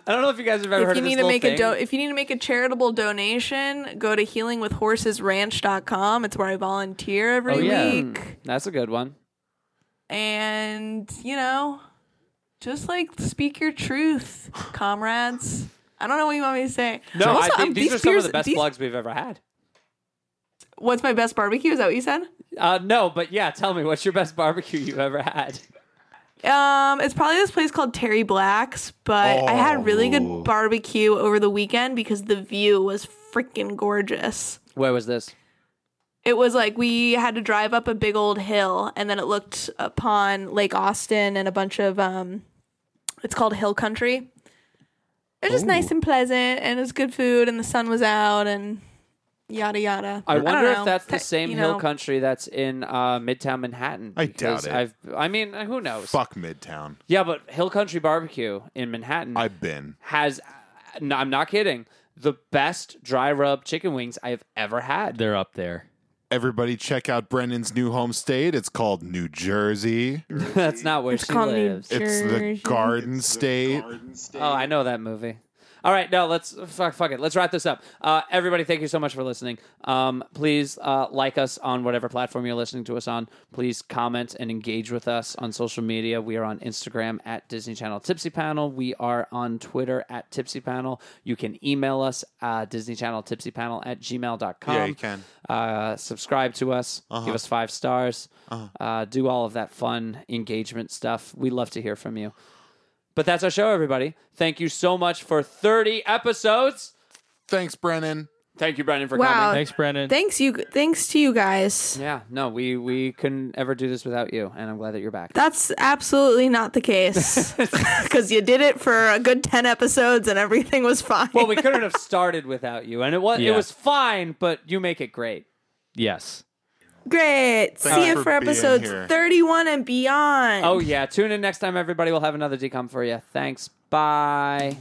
don't know if you guys have ever heard
if you
of
need
this
to
little
make a
thing.
do- if you need to make a charitable donation, go to healingwithhorsesranch.com. It's where I volunteer every
Oh, yeah.
week.
That's a good one.
And, you know, just like speak your truth, comrades. I don't know what you want me to say.
No,
Also,
I,
um,
think these, are some
beers-
of the best
these-
plugs we've ever had.
What's my best barbecue? Is that what you said?
Uh, no, but yeah, tell me what's your best barbecue you've ever had?
Um, it's probably this place called Terry Black's, but I had really
Oh.
good barbecue over the weekend because the view was freaking gorgeous.
Where was this?
It was like we had to drive up a big old hill, and then it looked upon Lake Austin and a bunch of um, it's called Hill Country. It was just nice and pleasant, and it was good food, and the sun was out, and yada yada.
I
don't
wonder if
know.
that's the
Te-
same
you
hill
know,
country that's in uh, Midtown Manhattan.
I
because
doubt it.
I've, I mean, uh, who knows?
Fuck Midtown.
Yeah, but Hill Country Barbecue in Manhattan
I've been.
has, uh, no, I'm not kidding, the best dry rub chicken wings I have ever had.
They're up there.
Everybody, check out Brendan's new home state. It's called New Jersey.
that's not where she
called New
lives.
It's the
Jersey.
Garden State.
Oh, I know that movie. All right, no, let's fuck, fuck it. Let's wrap this up. Uh, everybody, thank you so much for listening. Um, please uh, like us on whatever platform you're listening to us on. Please comment and engage with us on social media. We are on Instagram at Disney Channel Tipsy Panel. We are on Twitter at Tipsy Panel. You can email us uh, Disney Channel Tipsy Panel at gmail.com.
Yeah, you can. Uh-huh.
Uh, subscribe to us. Give us five stars. uh do all of that fun engagement stuff. We love to hear from you. But that's our show, everybody. Thank you so much for 30 episodes.
Thanks, Brennan.
Thank you, Brendan, for
Wow.
coming.
Thanks, Brennan.
Thanks you. Thanks to you guys.
Yeah, no, we we couldn't ever do this without you, and I'm glad that you're back.
That's absolutely not the case because you did it for a good ten episodes, and everything was fine.
well, we couldn't have started without you, and it was
Yeah.
it was fine, but you make it great.
yes.
Great. See you
for
for,
being
episodes
here.
31 and beyond.
Oh yeah, tune in next time, everybody. We'll have another decom for you. Thanks. Bye.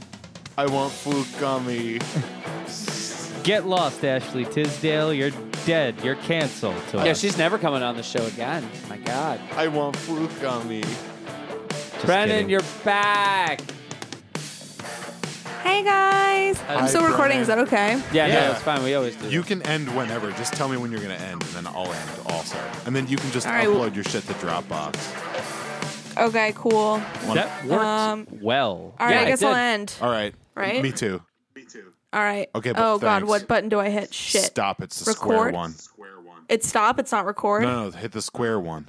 I want food gummy.
Get lost, Ashley Tisdale. You're dead. You're canceled. To
Yeah,
us.
she's never coming on the show again. My God,
I want food gummy.
Just
Brendan,
kidding.
you're back.
Hey guys.
Hi,
I'm still recording. Is that
Brennan.
okay?
Yeah,
Yeah.
no, it's fine. We always do.
You
that.
can end whenever. Just tell me when you're going to end, and then I'll end also. And then you can just
All right,
upload
well-
your shit to Dropbox.
Okay, cool.
Wanna-
That worked
Um,
well.
All right,
Yeah,
I
it
guess I'll
did.
end.
All right.
Right?
Me too.
All right.
Uh, Okay, but
Oh god,
thanks.
what button do I hit? Shit.
Stop. It's the square
Record?
one.
It's stop. It's not record.
No, no, hit the square one.